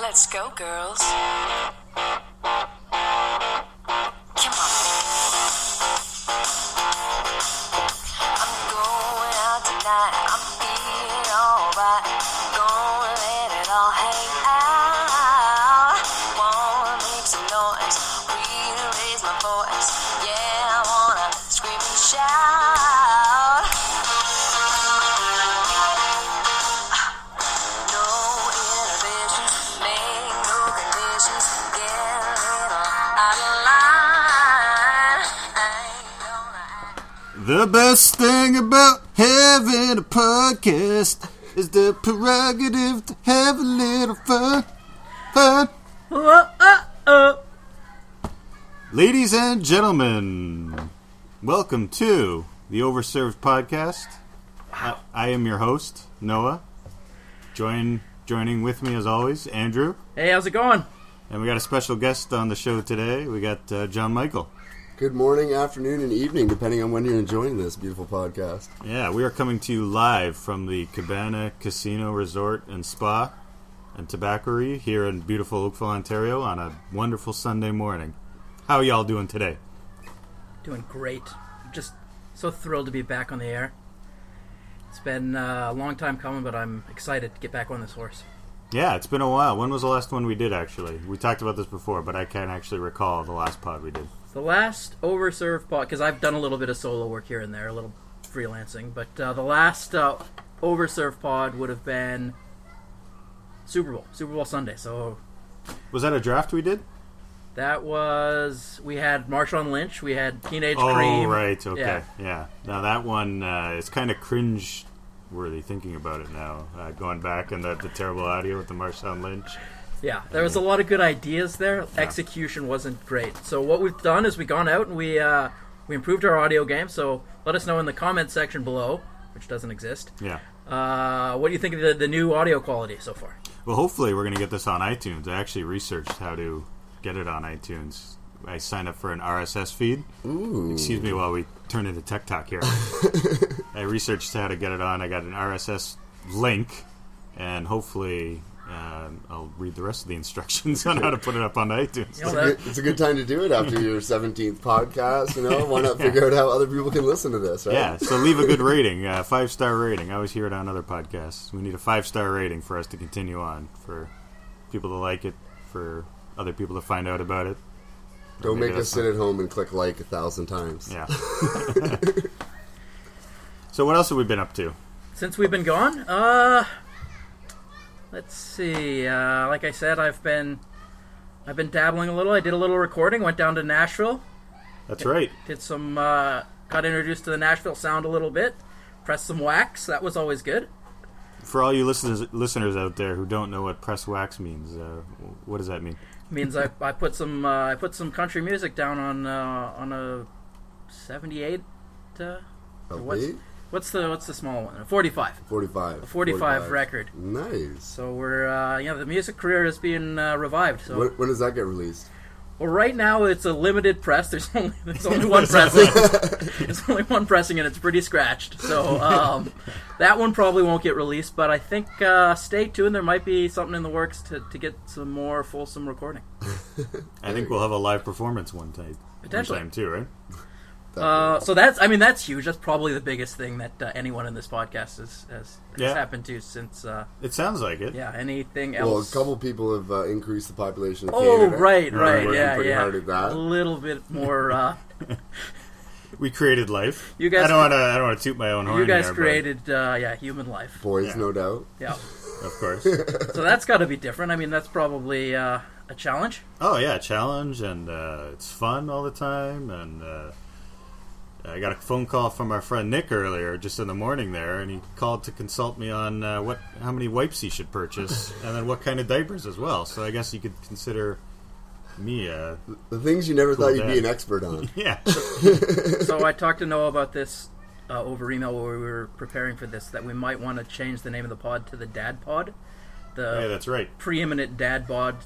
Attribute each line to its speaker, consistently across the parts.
Speaker 1: Let's go, girls. Come on. I'm going out tonight. I'm feeling alright. Gonna let it all hang out. Wanna make some noise. Really raise my voice. Yeah, I wanna scream and shout. No inhibitions, make no conditions. Get a little out of line. I ain't gonna act.
Speaker 2: The best thing about having a podcast is the prerogative to have a little fun. Fun. Ladies and gentlemen, welcome to the Overserved Podcast. I, I am your host, Noah. Join joining with me as always, Andrew.
Speaker 3: Hey, how's it going?
Speaker 2: And we got a special guest on the show today. We got uh, John Michael.
Speaker 4: Good morning, afternoon, and evening, depending on when you're enjoying this beautiful podcast.
Speaker 2: Yeah, we are coming to you live from the Cabana Casino Resort and Spa and Tobaccery here in beautiful Oakville, Ontario on a wonderful Sunday morning. How y'all doing today?
Speaker 3: Doing great. I'm just so thrilled to be back on the air. It's been uh, a long time coming, but I'm excited to get back on this horse.
Speaker 2: Yeah, it's been a while. When was the last one we did actually? We talked about this before, but I can't actually recall the last pod we did.
Speaker 3: The last overserve pod, because I've done a little bit of solo work here and there, a little freelancing, but uh, the last uh, overserve pod would have been Super Bowl, Super Bowl Sunday. So
Speaker 2: Was that a draft we did?
Speaker 3: that was we had Marshawn Lynch, we had Teenage
Speaker 2: Oh,
Speaker 3: Cream.
Speaker 2: right. Okay. Yeah.
Speaker 3: Yeah.
Speaker 2: Now that one uh, is kind of cringe worthy thinking about it now, uh, going back and the, the terrible audio with the Marshawn Lynch.
Speaker 3: Yeah, there was a lot of good ideas there. Execution wasn't great. So what we've done is we've gone out and we uh, we improved our audio game. So let us know in the comment section below, which doesn't exist.
Speaker 2: Yeah.
Speaker 3: Uh, what do you think of the, the new audio quality so far?
Speaker 2: Well, hopefully we're going to get this on iTunes. I actually researched how to get it on iTunes. I signed up for an RSS feed. Excuse me while we turn into tech talk here. I researched how to get it on. I got an RSS link, and hopefully um, I'll read the rest of the instructions on how to put it up on iTunes.
Speaker 3: You know,
Speaker 4: It-
Speaker 3: that,
Speaker 4: It's a good time to do it after your 17th podcast, you know? Why not figure out how other people can listen to this, right?
Speaker 2: Yeah, so leave a good rating, uh, five star rating. I always hear it on other podcasts. We need a five star rating for us to continue on, for people to like it, for other people to find out about it.
Speaker 4: Don't
Speaker 2: Maybe
Speaker 4: make us
Speaker 2: that's
Speaker 4: sit at home and click like a thousand times.
Speaker 2: Yeah. so what else have we been up to?
Speaker 3: since we've been gone, uh, let's see. Uh, like I said, I've been I've been dabbling a little. I did a little recording. Went down to Nashville.
Speaker 2: That's right.
Speaker 3: Did some uh, got introduced to the Nashville sound a little bit. Pressed some wax. That was always good.
Speaker 2: For all you listeners listeners out there who don't know what press wax means, uh, what does that mean?
Speaker 3: means I, I put some uh, I put some country music down on uh, on a seventy eight. Uh, what's,
Speaker 4: LP?
Speaker 3: what's the what's the small one? A forty five.
Speaker 4: 45.
Speaker 3: 45 record.
Speaker 4: Nice.
Speaker 3: So we're uh, you know the music career is being uh, revived. So
Speaker 4: When, when does that get released?
Speaker 3: well, right now it's a limited press. There's only there's only one pressing. there's only one pressing and it's pretty scratched. So um, that one probably won't get released. But I think uh, stay tuned. There might be something in the works to, to get some more fulsome recording.
Speaker 2: I think we'll have a live performance one time.
Speaker 3: Potentially.
Speaker 2: One time too, right?
Speaker 3: Uh, so that's I mean that's huge. That's probably the biggest thing that uh, anyone in this podcast has has,
Speaker 2: Yeah.
Speaker 3: has happened to since uh,
Speaker 2: It sounds like it.
Speaker 3: yeah anything
Speaker 4: well, a
Speaker 3: else.
Speaker 4: couple people have uh, increased the population of
Speaker 3: oh
Speaker 4: Canada.
Speaker 3: right,
Speaker 4: We're
Speaker 3: right,
Speaker 4: working
Speaker 3: yeah,
Speaker 4: pretty
Speaker 3: yeah.
Speaker 4: hard at that.
Speaker 3: A little bit more. Uh,
Speaker 2: We created life.
Speaker 3: You guys-
Speaker 2: I don't want to. I don't want to toot my own horn.
Speaker 3: you guys
Speaker 2: here, but-
Speaker 3: created uh, yeah human life.
Speaker 4: Boys,
Speaker 2: Yeah.
Speaker 4: no doubt.
Speaker 3: Yeah,
Speaker 2: of course.
Speaker 3: so that's got to be different. I mean that's probably uh, a challenge.
Speaker 2: oh yeah, challenge and uh, it's fun all the time. And uh, I got a phone call from our friend Nick earlier, just in the morning there, and he called to consult me on uh, what, how many wipes he should purchase, and then what kind of diapers as well. So I guess you could consider me a
Speaker 4: The things you never thought you'd
Speaker 2: dad.
Speaker 4: be an expert on.
Speaker 2: yeah.
Speaker 3: so I talked to Noah about this uh, over email while we were preparing for this that we might want to change the name of the pod to the Dad Pod. The
Speaker 2: yeah, that's right.
Speaker 3: preeminent dad bod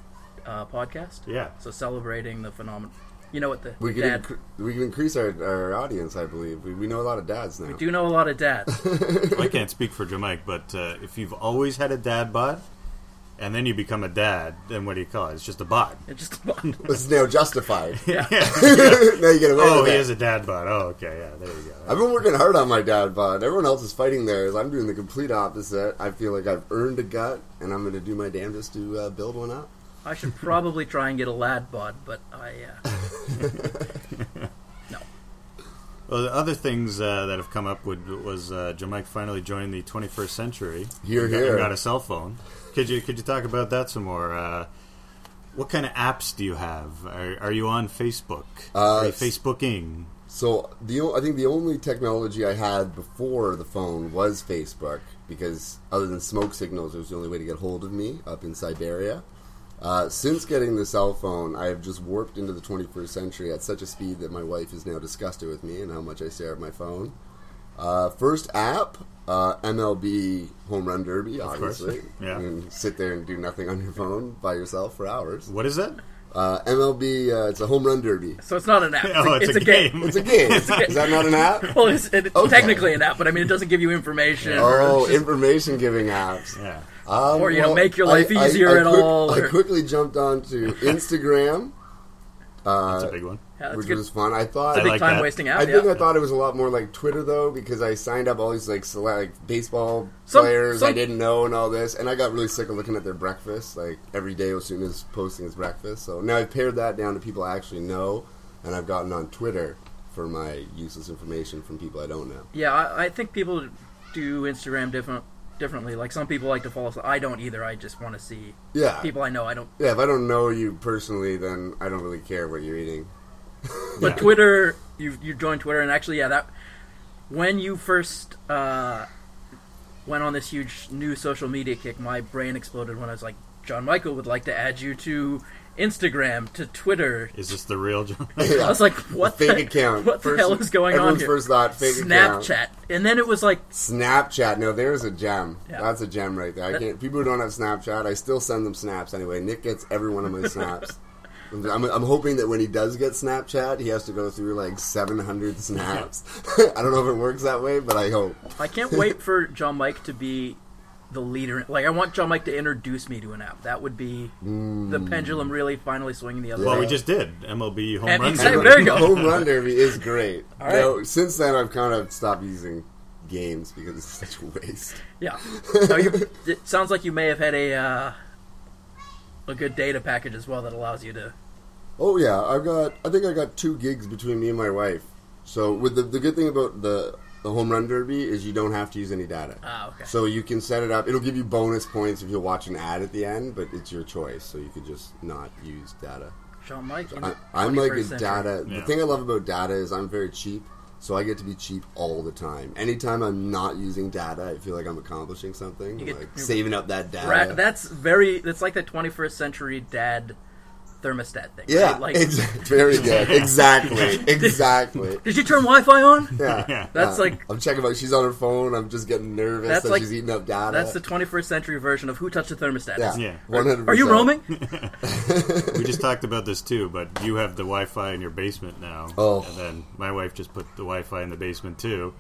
Speaker 3: uh, podcast.
Speaker 2: Yeah.
Speaker 3: So celebrating the phenomenon. You know what the,
Speaker 4: We
Speaker 3: the
Speaker 4: can,
Speaker 3: dad.
Speaker 4: incre- we can increase our, our audience, I believe. We, we know a lot of dads now.
Speaker 3: Do you know a lot of dads?
Speaker 2: I can't speak for Jamaica, but uh, if you've always had a dad bod and then you become a dad, then what do you call it? It's just a bod.
Speaker 3: It just yeah.
Speaker 4: This is now justified.
Speaker 2: Yeah.
Speaker 4: now you get away
Speaker 2: oh,
Speaker 4: with
Speaker 2: he
Speaker 4: it.
Speaker 2: is a dad bod. Oh, okay, yeah, there you go.
Speaker 4: I've been working hard on my dad bod. Everyone else is fighting theirs. I'm doing the complete opposite. I feel like I've earned a gut, and I'm going to do my damnedest to uh, build one up.
Speaker 3: I should probably try and get a lad bod, but I uh, no.
Speaker 2: Well, the other things uh, that have come up would, was uh, Jamaica finally joined the 21st century.
Speaker 4: Here,
Speaker 2: And got- and
Speaker 4: here.
Speaker 2: Got a cell phone. Could you could you talk about that some more? Uh, what kind of apps do you have? Are, are you on Facebook?
Speaker 4: Uh,
Speaker 2: are you Facebooking?
Speaker 4: So the o- I think the only technology I had before the phone was Facebook because other than smoke signals, it was the only way to get hold of me up in Siberia. Uh, since getting the cell phone, I have just warped into the 21st century at such a speed that my wife is now disgusted with me and how much I stare at my phone. Uh, first app, uh, MLB Home Run Derby,
Speaker 2: course.
Speaker 4: obviously.
Speaker 2: Yeah.
Speaker 4: You can sit there and do nothing on your phone by yourself for hours.
Speaker 2: What is that?
Speaker 4: Uh, MLB, uh, it's a home run derby.
Speaker 3: So it's not an app.
Speaker 2: Oh, it's, a, game.
Speaker 4: It's a game. Is that not an app?
Speaker 3: Well, it's, it's
Speaker 4: Okay.
Speaker 3: technically an app, but I mean, it doesn't give you information.
Speaker 4: Oh, information giving apps.
Speaker 2: Yeah.
Speaker 4: Um,
Speaker 3: Or, you know, make your life easier at all,
Speaker 4: I
Speaker 3: or-
Speaker 4: quickly jumped onto Instagram,
Speaker 2: That's
Speaker 4: Uh,
Speaker 2: a big one.
Speaker 3: Yeah, it's
Speaker 4: which
Speaker 3: good.
Speaker 4: was fun. I
Speaker 3: It's
Speaker 4: thought.
Speaker 3: a big
Speaker 2: I like
Speaker 3: time
Speaker 2: that.
Speaker 3: wasting
Speaker 4: I
Speaker 3: app.
Speaker 4: think
Speaker 3: yeah.
Speaker 4: I thought it was a lot more like Twitter though, because I signed up all these like select like, baseball
Speaker 3: Some-
Speaker 4: players I
Speaker 3: some-
Speaker 4: didn't know and all this, and I got really sick of looking at their breakfast like every day as soon as posting his breakfast. So now I've pared that down to people I actually know, and I've gotten on Twitter for my useless information from people I don't know.
Speaker 3: Yeah, I, I think people do Instagram different differently. Like some people like to follow. I don't either. I just want to see
Speaker 4: Yeah,
Speaker 3: people I know. I don't.
Speaker 4: yeah. If I don't know you personally, then I don't really care what you're eating.
Speaker 3: But Twitter, you you joined Twitter, and actually, yeah, that when you first uh, went on this huge new social media kick, my brain exploded when I was like, John Michael would like to add you to Instagram, to Twitter.
Speaker 2: Is this the real John?
Speaker 4: Yeah.
Speaker 3: I was like, what
Speaker 4: fake
Speaker 3: the,
Speaker 4: account.
Speaker 3: What the
Speaker 4: First-
Speaker 3: hell is going on
Speaker 4: everyone's
Speaker 3: here?
Speaker 4: first thought, fake account.
Speaker 3: Snapchat, and then it was like,
Speaker 4: Snapchat. No, there's a gem.
Speaker 3: Yeah.
Speaker 4: That's a gem right there. I
Speaker 3: That-
Speaker 4: can't. People who don't have Snapchat, I still send them snaps anyway. Nick gets every one of my snaps. I'm, I'm hoping that when he does get Snapchat, he has to go through like 700 snaps. I don't know if it works that way, but I hope.
Speaker 3: I can't wait for John Mike to be the leader. Like, I want John Mike to introduce me to an app. That would be the
Speaker 4: Mm.
Speaker 3: pendulum really finally swinging the other
Speaker 2: Well,
Speaker 3: way.
Speaker 2: we just did MLB home
Speaker 3: And
Speaker 2: run.
Speaker 3: exactly-
Speaker 2: derby.
Speaker 3: there you go.
Speaker 4: Home run derby is great.
Speaker 3: All right.
Speaker 4: Now, since then, I've kind of stopped using games because it's such a waste.
Speaker 3: yeah. So you, it sounds like you may have had a uh, a good data package as well that allows you to.
Speaker 4: Oh yeah, I've got. I think I got two gigs between me and my wife. So with the, the good thing about the the home run derby is you don't have to use any data.
Speaker 3: Ah, okay.
Speaker 4: So you can set it up. It'll give you bonus points if you watch an ad at the end, but it's your choice. So you could just not use data.
Speaker 3: John Mike, in
Speaker 4: I,
Speaker 3: the
Speaker 4: I'm like a
Speaker 3: 21st century.
Speaker 4: data.
Speaker 2: Yeah.
Speaker 4: The thing I love about data is I'm very cheap, so I get to be cheap all the time. Anytime I'm not using data, I feel like I'm accomplishing something.
Speaker 3: You get-
Speaker 4: like saving up that data.
Speaker 3: Ra- that's very. That's like the 21st century dad thermostat thing.
Speaker 4: yeah,
Speaker 3: right? like
Speaker 4: exactly. Very good. Exactly. Exactly.
Speaker 3: did you turn Wi-Fi on?
Speaker 4: Yeah.
Speaker 2: Yeah.
Speaker 3: That's
Speaker 4: Yeah.
Speaker 3: like-
Speaker 4: I'm checking about she's on her phone. I'm just getting nervous
Speaker 3: That's
Speaker 4: that
Speaker 3: like-
Speaker 4: she's eating up data.
Speaker 3: That's the 21st century version of who touched the thermostat.
Speaker 4: yeah,
Speaker 2: Yeah.
Speaker 4: 100%.
Speaker 3: Are you roaming?
Speaker 2: We just talked about this too, but you have the Wi-Fi in your basement now.
Speaker 4: Oh.
Speaker 2: and then my wife just put the Wi-Fi in the basement too.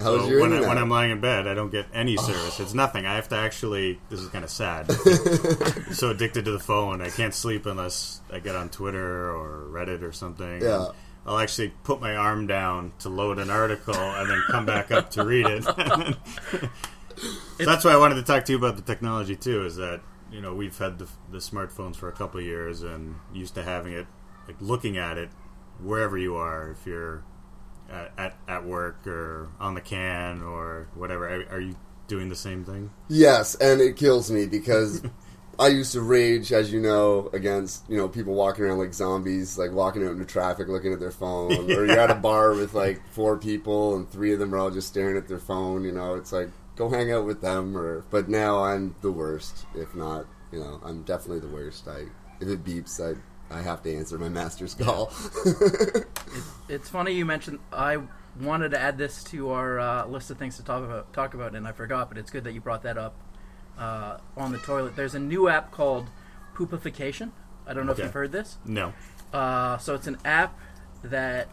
Speaker 4: How's
Speaker 2: So
Speaker 4: your
Speaker 2: when, I,
Speaker 4: internet? Oh.
Speaker 2: when I'm lying in bed, I don't get any service. It's nothing. I have to actually. This is kind of sad. so addicted to the phone, I can't sleep unless I get on Twitter or Reddit or something.
Speaker 4: Yeah.
Speaker 2: I'll actually put my arm down to load an article and then come back up to read it. so that's why I wanted to talk to you about the technology too. Is that you know we've had the, the smartphones for a couple of years and used to having it, like looking at it wherever you are. If you're at, at, at work or on the can or whatever. Are, are you doing the same thing?
Speaker 4: Yes, and it kills me because I used to rage, as you know, against you know people walking around like zombies, like walking out into traffic looking at their phone, or you're at a bar with like four people and three of them are all just staring at their phone. You know, it's like go hang out with them. Or but now I'm the worst. If not, you know, I'm definitely the worst. I if it beeps, I I have to answer my master's call.
Speaker 3: It's funny you mentioned. I wanted to add this to our uh, list of things to talk about, talk about, and I forgot. But it's good that you brought that up. Uh, on the toilet, there's a new app called Poopification. I don't know
Speaker 2: Okay.
Speaker 3: if you've heard this.
Speaker 2: No.
Speaker 3: Uh, so it's an app that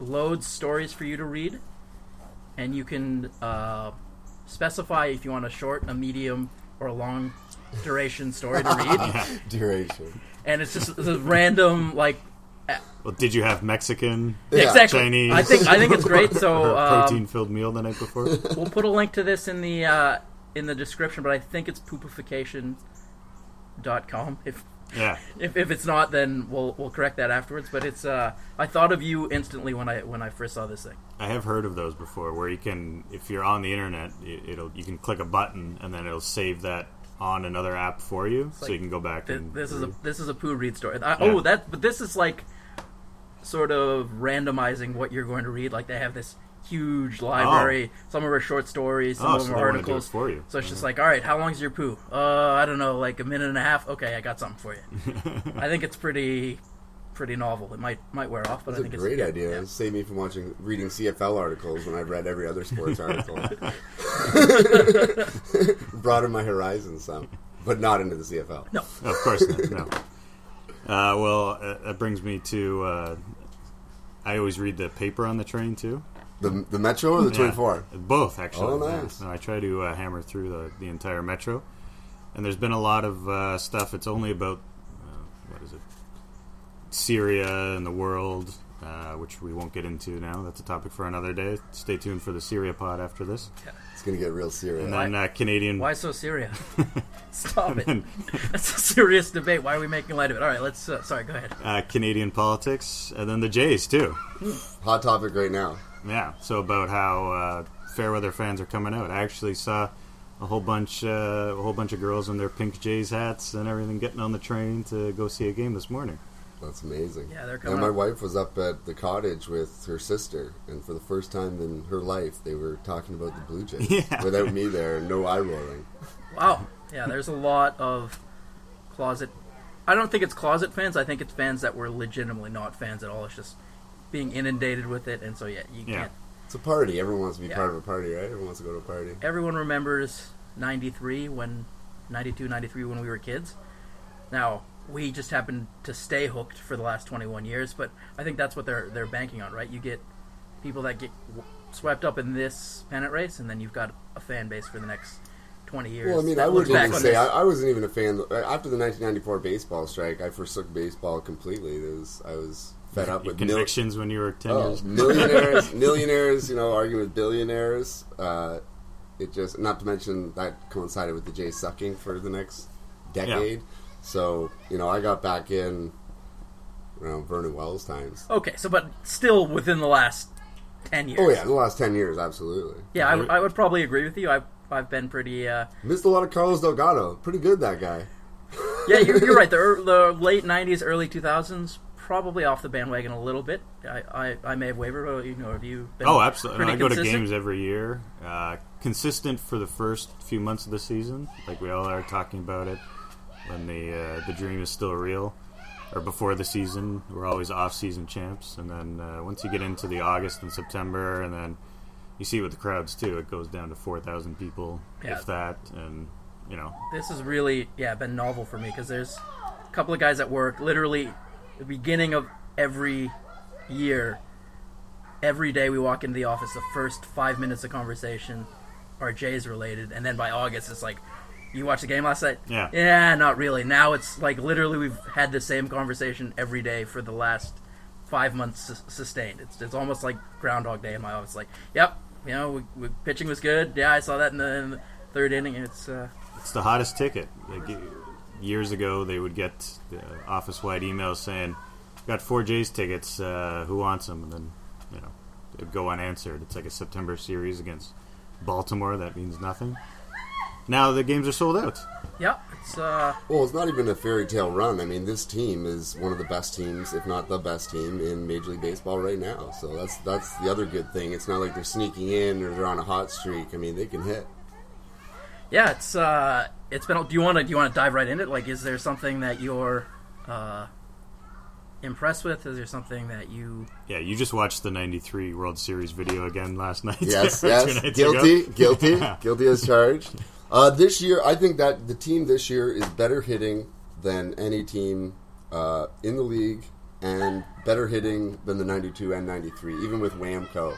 Speaker 3: loads stories for you to read, and you can uh, specify if you want a short, a medium, or a long duration story to read,
Speaker 4: Duration.
Speaker 3: and it's just the random like
Speaker 2: Well, did you have Mexican
Speaker 4: Yeah.
Speaker 3: exactly.
Speaker 2: Chinese.
Speaker 3: I think I think it's great. So um,
Speaker 2: protein-filled meal the night before?
Speaker 3: we'll put a link to this in the uh, in the description, but I think it's poopification.com. If
Speaker 2: yeah,
Speaker 3: if, if it's not, then we'll we'll correct that afterwards. But it's uh, I thought of you instantly when I when I first saw this thing.
Speaker 2: I have heard of those before, where you can, if you're on the internet, it, it'll you can click a button and then it'll save that on another app for you, so
Speaker 3: like
Speaker 2: you can go back
Speaker 3: Th-
Speaker 2: and
Speaker 3: This is a
Speaker 2: read.
Speaker 3: this is a poo read story. I, Oh,
Speaker 2: Mm, Yeah.
Speaker 3: that but this is like sort of randomizing what you're going to read. Like they have this huge library. Some of them are short stories. Some
Speaker 2: Oh,
Speaker 3: of
Speaker 2: so
Speaker 3: them
Speaker 2: they
Speaker 3: are
Speaker 2: wanna do it
Speaker 3: articles
Speaker 2: for you. Mm-hmm.
Speaker 3: So it's just like, all right, how long's your poo? Uh, I don't know, like a minute and a half. Okay, I got something for you. I think it's pretty pretty novel. It might might wear off, but I
Speaker 4: That's a
Speaker 3: think
Speaker 4: great
Speaker 3: it's
Speaker 4: idea. It saved me from watching reading CFL articles when I've read every other sports article. Broaden my horizons some, but not into the CFL.
Speaker 3: No,
Speaker 2: Of course not. No. Uh, well, uh, that brings me to. Uh, I always read the paper on the train too.
Speaker 4: The, the Metro or the
Speaker 2: Yeah.
Speaker 4: 24?
Speaker 2: Both, actually.
Speaker 4: Oh,
Speaker 2: Yeah.
Speaker 4: nice.
Speaker 2: No, I try to uh, hammer through the, the entire Metro. And there's been a lot of uh, stuff. It's only about, uh, what is it, Syria and the world, uh, which we won't get into now. That's a topic for another day. Stay tuned for the Syria pod after this.
Speaker 4: It's going to get real serious.
Speaker 2: And then uh, Canadian.
Speaker 3: why so serious? Stop it. That's a serious debate. Why are we making light of it? All right, let's. Uh, sorry, go ahead.
Speaker 2: Uh, Canadian politics, and then the Jays too.
Speaker 4: Hot topic right now.
Speaker 2: Yeah, so about how uh, Fairweather fans are coming out. I actually saw a whole bunch, uh, a whole bunch of girls in their pink Jays hats and everything getting on the train to go see a game this morning.
Speaker 4: That's amazing.
Speaker 3: Yeah, they're coming
Speaker 4: And my
Speaker 3: up.
Speaker 4: wife was up at the cottage with her sister, and for the first time in her life, they were talking about the Blue Jays
Speaker 2: Yeah.
Speaker 4: without me there, no eye rolling.
Speaker 3: Wow. Yeah, there's a lot of closet. I don't think it's closet fans. I think it's fans that were legitimately not fans at all. It's just being inundated with it, and so yeah, you
Speaker 2: Yeah.
Speaker 3: can't.
Speaker 4: It's a party. Everyone wants to be
Speaker 3: Yeah.
Speaker 4: part of a party, right? Everyone wants to go to a party.
Speaker 3: Everyone remembers '93 when '92, '93 when we were kids. Now we just happened to stay hooked for the last 21 years, but I think that's what they're they're banking on, right? You get people that get w- swept up in this pennant race, and then you've got a fan base for the next 20 years.
Speaker 4: Well, I mean,
Speaker 3: that
Speaker 4: I
Speaker 3: looks
Speaker 4: wouldn't
Speaker 3: back
Speaker 4: even
Speaker 3: on
Speaker 4: say
Speaker 3: this.
Speaker 4: I, I wasn't even a fan uh, after the 1994 baseball strike. I forsook baseball completely. There was, I was fed up
Speaker 2: Your
Speaker 4: with mil-
Speaker 2: convictions when you were ten
Speaker 4: oh,
Speaker 2: years.
Speaker 4: millionaires, millionaires, you know, arguing with billionaires. Uh, it just, not to mention that coincided with the J sucking for the next decade. So you know, I got back in around Vernon Wells times.
Speaker 3: Okay, so but still within the last ten years.
Speaker 4: Oh yeah, the last ten years, absolutely.
Speaker 3: yeah. I, I would probably agree with you. I've I've been pretty. Uh,
Speaker 4: Missed a lot of Carlos Delgado. Pretty good that guy.
Speaker 3: yeah, you're, you're right. The, ear- the late '90s, early 2000s, probably off the bandwagon a little bit. I, I, I may have wavered. But, you know, have you? Been
Speaker 2: Oh, absolutely.
Speaker 3: Pretty
Speaker 2: No, I go to
Speaker 3: consistent?
Speaker 2: games every year. Uh, consistent for the first few months of the season, like we all are talking about it. When the uh, the dream is still real, or before the season, we're always off season champs. And then uh, once you get into the August and September, and then you see it with the crowds too. It goes down to four thousand people,
Speaker 3: Yeah.
Speaker 2: if that, and you know,
Speaker 3: This has really yeah been novel for me because there's a couple of guys at work. Literally, the beginning of every year, every day we walk into the office, the first five minutes of conversation are Jays related, and then by August it's like, you watch the game last night?
Speaker 2: Yeah.
Speaker 3: Yeah, not really. Now it's like literally we've had the same conversation every day for the last five months sus- sustained. It's it's almost like Groundhog Day in my office. Like, yep, you know, we, we, pitching was good. Yeah, I saw that in the, in the third inning. It's uh,
Speaker 2: It's the hottest ticket. Like, y- years ago, they would get the office wide emails saying, "Got four Jays tickets. Uh, who wants them?" And then you know it'd go unanswered. It's like a September series against Baltimore. That means nothing. Now the games are sold out.
Speaker 3: yeah, it's uh,
Speaker 4: Well, it's not even a fairy tale run. I mean, this team is one of the best teams, if not the best team, in Major League Baseball right now. So that's that's the other good thing. It's not like they're sneaking in or they're on a hot streak. I mean, they can hit.
Speaker 3: yeah, it's uh, it's been. Do you want to do you want to dive right into it? Like, is there something that you're uh, impressed with? Is there something that you
Speaker 2: Yeah, you just watched the '93 World Series video again last night.
Speaker 4: Yes,
Speaker 2: Two
Speaker 4: yes,
Speaker 2: nights ago.
Speaker 4: guilty, guilty, guilty as charged. Uh, this year, I think that the team this year is better hitting than any team uh, in the league, and better hitting than the '92 and '93, even with Wamco.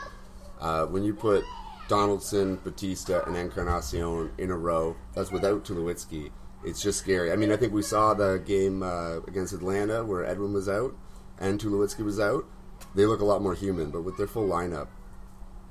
Speaker 4: Uh, when you put Donaldson, Batista, and Encarnacion in a row, that's without Tulowitzki. it's just scary. I mean, I think we saw the game uh, against Atlanta where Edwin was out and Tulowitzki was out. They look a lot more human, but with their full lineup,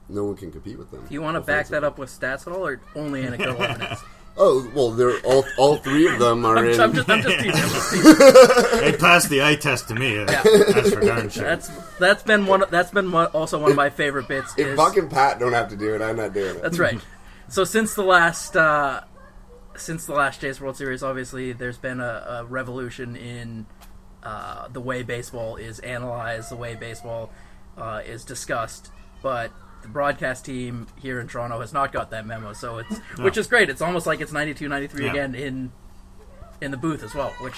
Speaker 4: no one can compete with them.
Speaker 3: Do you want to back that up with stats at all, or only anecdotal evidence?
Speaker 4: Oh well, they're all all three of them are
Speaker 3: I'm,
Speaker 4: in.
Speaker 3: just, I'm just, I'm just teasing. I'm just teasing.
Speaker 2: They passed the eye test to me.
Speaker 3: Yeah.
Speaker 2: That's for darn sure.
Speaker 3: That's that's been one. That's been one, also one of my favorite bits.
Speaker 4: if
Speaker 3: is-
Speaker 4: Buck and Pat don't have to do it, I'm not doing it.
Speaker 3: That's right. So since the last uh, since the last Jays World Series, obviously there's been a, a revolution in uh, the way baseball is analyzed, the way baseball uh, is discussed. But the broadcast team here in Toronto has not got that memo, so it's which is great. It's almost like it's 92, 93
Speaker 2: Yeah.
Speaker 3: again in in the booth as well, which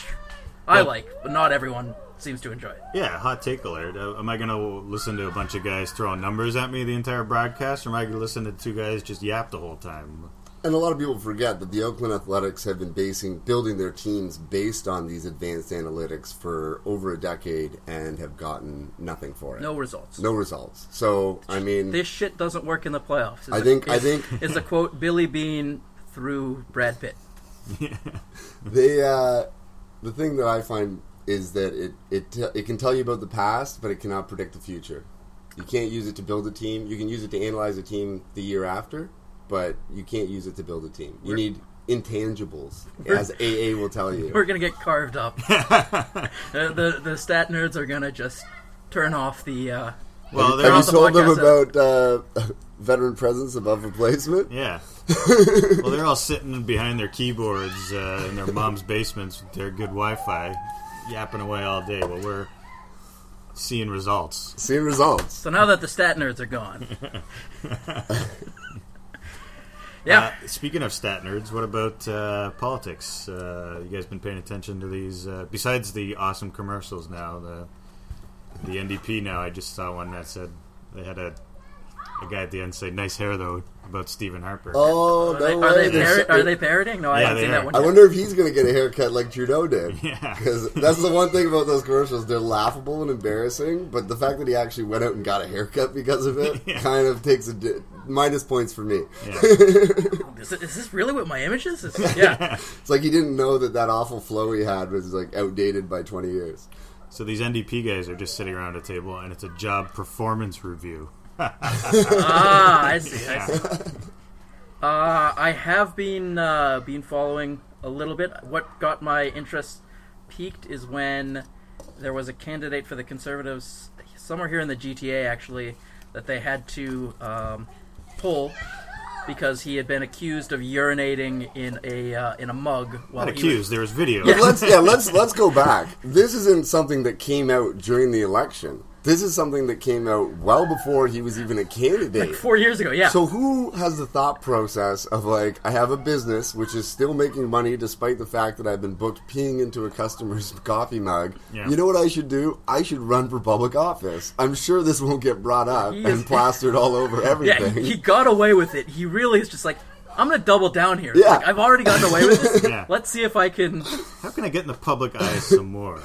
Speaker 3: I
Speaker 2: Well-
Speaker 3: like, but not everyone seems to enjoy it.
Speaker 2: Yeah, hot take alert. Uh, Am I going to listen to a bunch of guys throwing numbers at me the entire broadcast, or am I going to listen to two guys just yap the whole time?
Speaker 4: And a lot of people forget that the Oakland Athletics have been basing building their teams based on these advanced analytics for over a decade and have gotten nothing for it.
Speaker 3: No results.
Speaker 4: no results. So I mean,
Speaker 3: This shit doesn't work in the playoffs. Is
Speaker 4: I
Speaker 3: a-
Speaker 4: think- I
Speaker 3: is-
Speaker 4: think-
Speaker 3: is a quote Billy Bean through Brad Pitt.
Speaker 4: they uh, the thing that I find is that it it te- it can tell you about the past, but it cannot predict the future. You can't use it to build a team. You can use it to analyze a team the year after, but you can't use it to build a team. You need intangibles, as AA will tell you.
Speaker 3: We're gonna get carved up. the, the the stat nerds are gonna just turn off the. Uh,
Speaker 2: Well,
Speaker 4: Have
Speaker 2: they're
Speaker 4: you
Speaker 3: off the
Speaker 2: also
Speaker 4: told them
Speaker 3: podcast,
Speaker 4: about uh, veteran presence above replacement?
Speaker 2: yeah. well, they're all sitting behind their keyboards uh, in their mom's basements with their good Wi-Fi, yapping away all day. Well, we're seeing results.
Speaker 4: Seeing results.
Speaker 3: so now that the stat nerds are gone. yeah,
Speaker 2: Uh, speaking of stat nerds, what about uh, politics? Uh, you guys been paying attention to these? Uh, besides the awesome commercials now, the the NDP now. I just saw one that said they had a a guy at the end say "nice hair" though about Stephen Harper.
Speaker 4: Oh,
Speaker 3: are,
Speaker 4: no
Speaker 3: they,
Speaker 4: way.
Speaker 3: are, they
Speaker 4: There's-
Speaker 3: parrot- are they parroting? No, I
Speaker 2: Yeah,
Speaker 3: haven't
Speaker 2: they
Speaker 3: seen
Speaker 2: are.
Speaker 3: that one.
Speaker 4: I
Speaker 3: Yet.
Speaker 4: wonder if he's going to get a haircut like Trudeau did.
Speaker 2: Yeah.
Speaker 4: Because that's the one thing about those commercials. They're laughable and embarrassing, but the fact that he actually went out and got a haircut because of it
Speaker 2: Yeah.
Speaker 4: kind of takes a di- minus points for me.
Speaker 2: Yeah.
Speaker 3: Is, it- is this really what my image is? It's- yeah,
Speaker 4: It's like he didn't know that that awful flow he had was like outdated by 20 years.
Speaker 2: So these NDP guys are just sitting around a table, and it's a job performance review.
Speaker 3: ah, I see. I see. Uh, I have been uh, been following a little bit. What got my interest peaked is when there was a candidate for the Conservatives somewhere here in the GTA, actually, that they had to um, pull because he had been accused of urinating in a uh, in a mug while
Speaker 2: Not
Speaker 3: he
Speaker 2: accused. There was video.
Speaker 4: let's yeah let's let's go back. This isn't something that came out during the election. This is something that came out well before he was even a candidate.
Speaker 3: was, four years ago. Yeah,
Speaker 4: So who has the thought process of like I have a business which is still making money despite the fact that I've been booked peeing into a customer's coffee mug?
Speaker 2: Yeah.
Speaker 4: You know what I should do? I should run for public office. I'm sure this won't get brought up
Speaker 3: He is-
Speaker 4: and plastered all over
Speaker 3: yeah,
Speaker 4: everything.
Speaker 3: he got away with it. He really is just like. I'm gonna double down here.
Speaker 4: Yeah.
Speaker 3: Like, I've already gotten away with this.
Speaker 2: Yeah.
Speaker 3: Let's see if I can.
Speaker 2: How can I get in the public eye some more?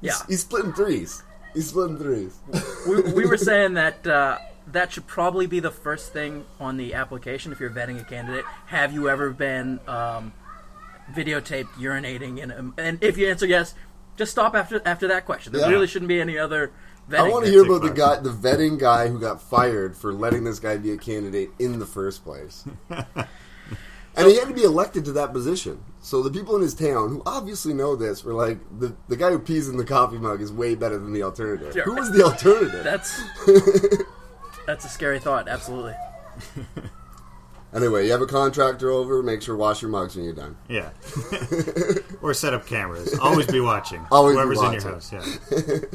Speaker 3: Yeah,
Speaker 4: He's splitting threes. He's splitting threes.
Speaker 3: we, we were saying that uh, that should probably be the first thing on the application if you're vetting a candidate. Have you ever been um, videotaped urinating? And and if you answer yes, just stop after after that question. There
Speaker 4: Yeah.
Speaker 3: really shouldn't be any other vetting.
Speaker 4: I want
Speaker 2: that's
Speaker 4: to hear
Speaker 2: a
Speaker 4: about the
Speaker 2: question.
Speaker 4: guy, the vetting guy who got fired for letting this guy be a candidate in the first place. and he had to be elected to that position. So the people in his town who obviously know this were like, the, the guy who pees in the coffee mug is way better than the alternative.
Speaker 3: Yeah.
Speaker 4: Who was the alternative?
Speaker 3: That's that's a scary thought. Absolutely.
Speaker 4: anyway, you have a contractor over, make sure wash your mugs when you're done.
Speaker 2: Yeah. or set up cameras. Always be watching.
Speaker 4: Always be
Speaker 2: Whoever's in your house,
Speaker 4: watching.
Speaker 2: yeah.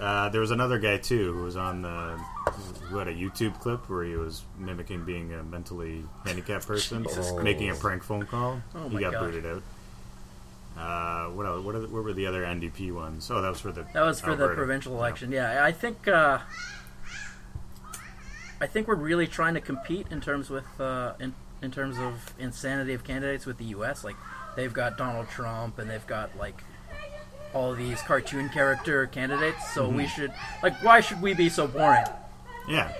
Speaker 2: Uh, there was another guy too who was on the who had a YouTube clip where he was mimicking being a mentally handicapped person,
Speaker 3: Jesus Christ.
Speaker 2: making a prank phone call.
Speaker 3: Oh
Speaker 2: he
Speaker 3: my
Speaker 2: got
Speaker 3: God.
Speaker 2: booted out. Uh, what else, what, are the, what were the other NDP ones? Oh, that was for the
Speaker 3: That was for the
Speaker 2: Alberta.
Speaker 3: provincial
Speaker 2: Yeah.
Speaker 3: election. Yeah, I think uh, I think we're really trying to compete in terms with uh, in, in terms of insanity of candidates with the U.S. Like they've got Donald Trump and they've got like all these cartoon character candidates. So
Speaker 2: Mm-hmm.
Speaker 3: we should like why should we be so boring?
Speaker 2: Yeah.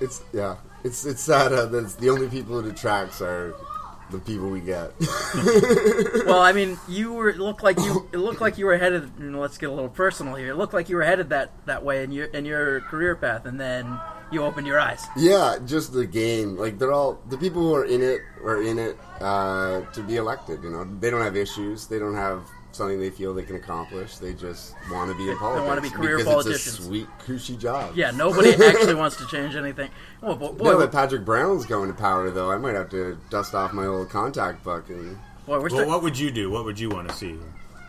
Speaker 4: It's, yeah. It's, it's sad uh, that it's the only people it attracts are the people we get.
Speaker 3: Well, I mean, you were it looked like you it looked like you were headed. And let's get a little personal here. It looked like you were headed that that way in your in your career path, and then you opened your eyes.
Speaker 4: yeah, just the game. Like they're all the people who are in it are in it uh, to be elected. You know, they don't have issues. They don't have something they feel they can accomplish. They just want to be in politics.
Speaker 3: wanna be career
Speaker 4: because It's
Speaker 3: politicians.
Speaker 4: a sweet cushy job.
Speaker 3: Yeah, nobody actually wants to change anything. Well, boy, boy,
Speaker 4: Now that Patrick Brown's going to power, though, I might have to dust off my old contact book and
Speaker 3: boy, we're
Speaker 2: Well,
Speaker 3: still,
Speaker 2: what would you do? What would you want to see?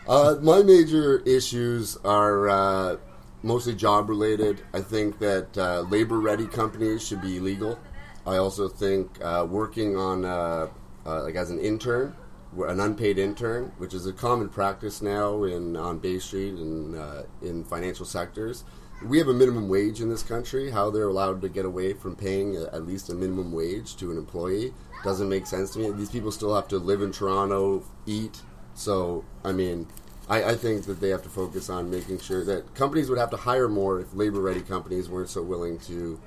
Speaker 4: Uh, my major issues are uh, mostly job related. I think that uh, labor ready companies should be illegal. I also think uh, working on uh, uh, like as an intern, wh- an unpaid intern, which is a common practice now in on Bay Street and uh, in financial sectors. We have a minimum wage in this country. How they're allowed to get away from paying a- at least a minimum wage to an employee doesn't make sense to me. These people still have to live in Toronto, eat, so, I mean, I, I think that they have to focus on making sure that companies would have to hire more if labor ready companies weren't so willing to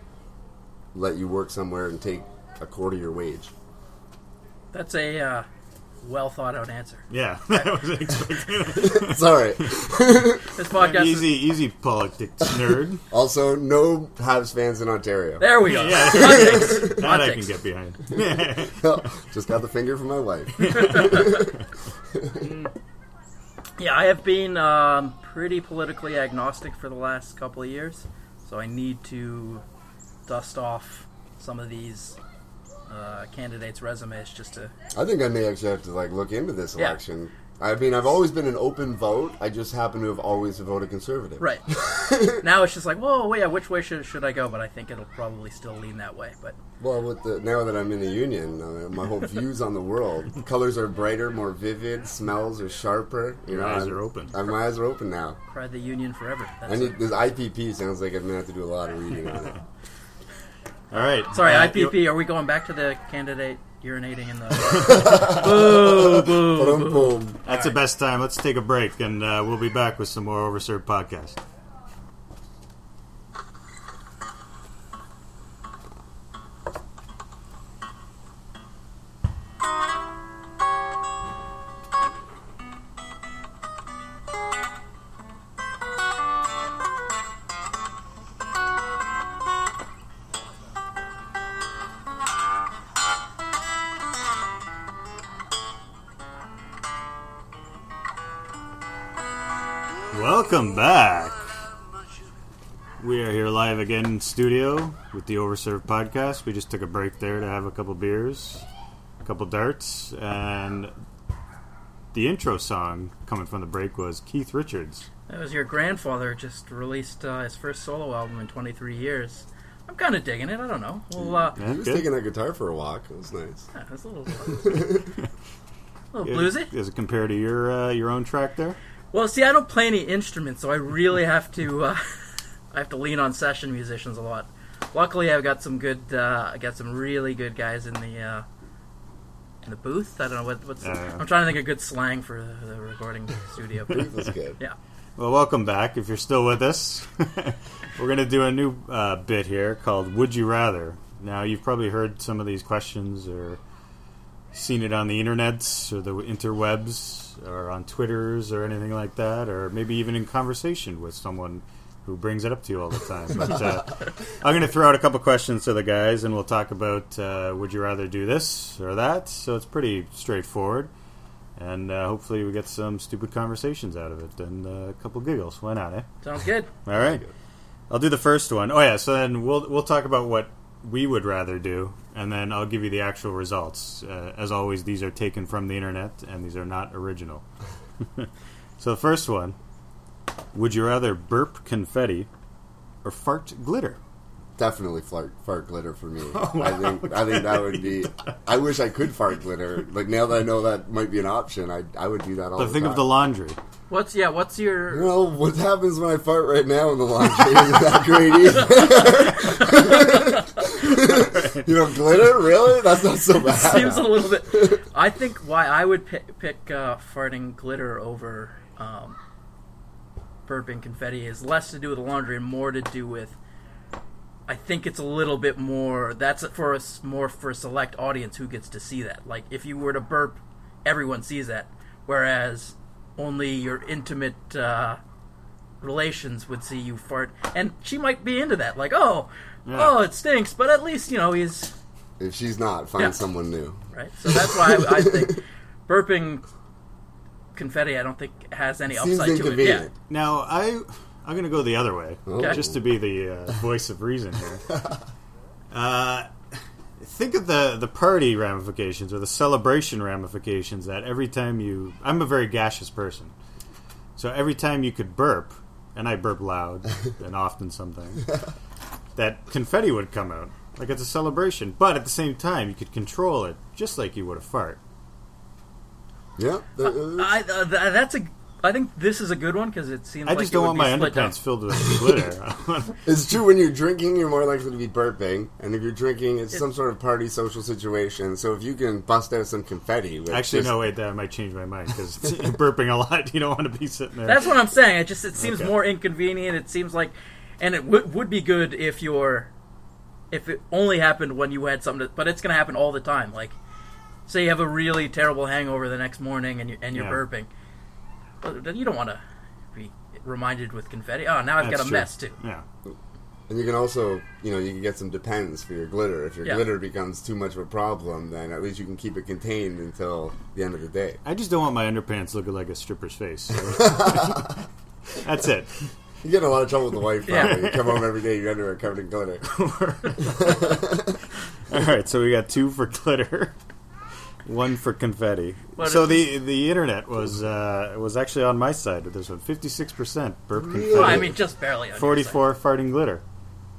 Speaker 4: let you work somewhere and take a quarter of your wage.
Speaker 3: that's a uh, well thought out answer.
Speaker 2: Yeah, I was expecting
Speaker 4: Sorry.
Speaker 3: This podcast is
Speaker 2: easy, easy politics nerd.
Speaker 4: also, no Habs fans in Ontario.
Speaker 3: there. We go.
Speaker 2: Yeah.
Speaker 3: Hot takes. Hot
Speaker 2: That I can
Speaker 3: takes.
Speaker 2: get behind.
Speaker 4: Just got the finger from my wife.
Speaker 3: Yeah, I have been um, pretty politically agnostic for the last couple of years, so I need to dust off some of these uh, candidates' resumes just to.
Speaker 4: I think I may actually have to like look into this
Speaker 3: Yeah.
Speaker 4: election. I mean, I've always been an open vote. I just happen to have always voted conservative.
Speaker 3: Right. now it's just like, whoa, yeah, which way should, should I go? But I think it'll probably still lean that way. But
Speaker 4: Well, with the now that I'm in the union, uh, my whole views on the world, colors are brighter, more vivid, smells are sharper. You
Speaker 2: Your
Speaker 4: know,
Speaker 2: eyes
Speaker 4: I'm-
Speaker 2: are open.
Speaker 4: I, my eyes are open now.
Speaker 3: cry the union forever. That's
Speaker 4: I need this IPP sounds like I'm gonna have to do a lot of reading on it.
Speaker 2: All right.
Speaker 3: Sorry,
Speaker 2: Uh,
Speaker 3: IPP, are we going back to the candidate urinating in the.
Speaker 4: Boom, boom.
Speaker 2: That's the best time. Let's take a break, and uh, we'll be back with some more Overserved podcast. Welcome back. We are here live again in studio with the Overserved podcast. We just took a break there to have a couple beers, a couple darts, and the intro song coming from the break was Keith Richards.
Speaker 3: That was your grandfather just released uh, his first solo album in 23 years. I'm kind of digging it. I don't know. Well, uh,
Speaker 2: Yeah,
Speaker 4: He was
Speaker 2: good.
Speaker 4: taking that guitar for a walk. It was nice.
Speaker 3: yeah, it's a little, a little bluesy.
Speaker 2: Does it compare to your uh, your own track there?
Speaker 3: Well, see, I don't play any instruments, so I really have to uh, I have to lean on session musicians a lot. Luckily, I've got some good uh, I got some really good guys in the uh, in the booth. I don't know what, what's
Speaker 2: Yeah.
Speaker 3: I'm trying to think of good slang for the, the recording studio.
Speaker 4: It was good.
Speaker 3: yeah,
Speaker 2: Well, welcome back. If you're still with us, we're going to do a new uh, bit here called Would You Rather. Now, you've probably heard some of these questions or seen it on the internets or the interwebs or on Twitters or anything like that, or maybe even in conversation with someone who brings it up to you all the time. But uh, I'm going to throw out a couple questions to the guys and we'll talk about uh, would you rather do this or that. So it's pretty straightforward and uh, hopefully we get some stupid conversations out of it and uh, a couple giggles. Why not? Eh?
Speaker 3: sounds good.
Speaker 2: All right, I'll do the first one. Oh yeah, so then we'll we'll talk about what we would rather do, and then I'll give you the actual results. Uh, as always, these are taken from the internet, and these are not original. so the first one: Would you rather burp confetti or fart glitter?
Speaker 4: Definitely fart, fart glitter for me.
Speaker 2: Oh,
Speaker 4: I think I think that would be. I wish I could fart glitter. Like now that I know that might be an option, I I would do that all
Speaker 2: The
Speaker 4: the
Speaker 2: thing
Speaker 4: time.
Speaker 2: of the laundry.
Speaker 3: What's yeah? What's your
Speaker 4: Well, what happens when I fart right now in the laundry isn't that great either. you know, glitter? Really? That's not so bad.
Speaker 3: seems a little bit. I think why I would pi- pick uh, farting glitter over um, burping confetti is less to do with the laundry and more to do with I think it's a little bit more. That's for us more for a select audience who gets to see that. Like if you were to burp, everyone sees that, whereas only your intimate uh, relations would see you fart. And she might be into that. Like oh,
Speaker 2: Yeah.
Speaker 3: oh, it stinks, but at least you know he's
Speaker 4: If she's not, find
Speaker 3: Yeah.
Speaker 4: someone new.
Speaker 3: right. So that's why I, I think burping confetti. I don't think has any
Speaker 4: Seems
Speaker 3: upside to it. Yeah.
Speaker 4: inconvenient.
Speaker 2: Now I I'm gonna go the other way,
Speaker 4: Okay.
Speaker 2: just to be the uh, voice of reason here. uh, think of the the party ramifications or the celebration ramifications that every time you I'm a very gaseous person, so every time you could burp, and I burp loud and often sometimes, that confetti would come out. Like it's a celebration, but at the same time, you could control it just like you would a fart.
Speaker 4: Yeah, that- uh,
Speaker 3: I, uh, th- that's a. I think this is a good one because it seems.
Speaker 2: I
Speaker 3: like
Speaker 2: just
Speaker 3: it
Speaker 2: don't want
Speaker 3: would be
Speaker 2: my
Speaker 3: split down.
Speaker 2: underpants filled with glitter.
Speaker 4: it's true. When you're drinking, you're more likely to be burping, and if you're drinking, it's some sort of party social situation. So if you can bust out some confetti, with
Speaker 2: Actually,
Speaker 4: just-
Speaker 2: no, wait, that might change my mind because you're burping a lot. You don't want to be sitting there.
Speaker 3: That's what I'm saying. It just it seems
Speaker 2: Okay.
Speaker 3: more inconvenient. It seems like, and it would would be good if your, if it only happened when you had something. To, but it's gonna happen all the time. Like, say you have a really terrible hangover the next morning and you and you're
Speaker 2: Yeah.
Speaker 3: burping. But then you don't want to be reminded with confetti. Oh, now I've
Speaker 2: That's
Speaker 3: got a
Speaker 2: true.
Speaker 3: mess too.
Speaker 2: Yeah.
Speaker 4: And you can also, you know, you can get some depends for your glitter. If your
Speaker 3: Yeah.
Speaker 4: glitter becomes too much of a problem, then at least you can keep it contained until the end of the day.
Speaker 2: I just don't want my underpants looking like a stripper's face. so- That's it.
Speaker 4: You get in a lot of trouble with the wife.
Speaker 3: Yeah.
Speaker 4: Probably. You come home every day, your underwear covered in glitter.
Speaker 2: All right, so we got two for glitter, one for confetti.
Speaker 3: What
Speaker 2: so
Speaker 3: is-
Speaker 2: the the internet was uh, was actually on my side with this one. Fifty six percent burp
Speaker 3: Well,
Speaker 2: confetti,
Speaker 3: I mean, just barely. under, so-
Speaker 2: forty four farting glitter.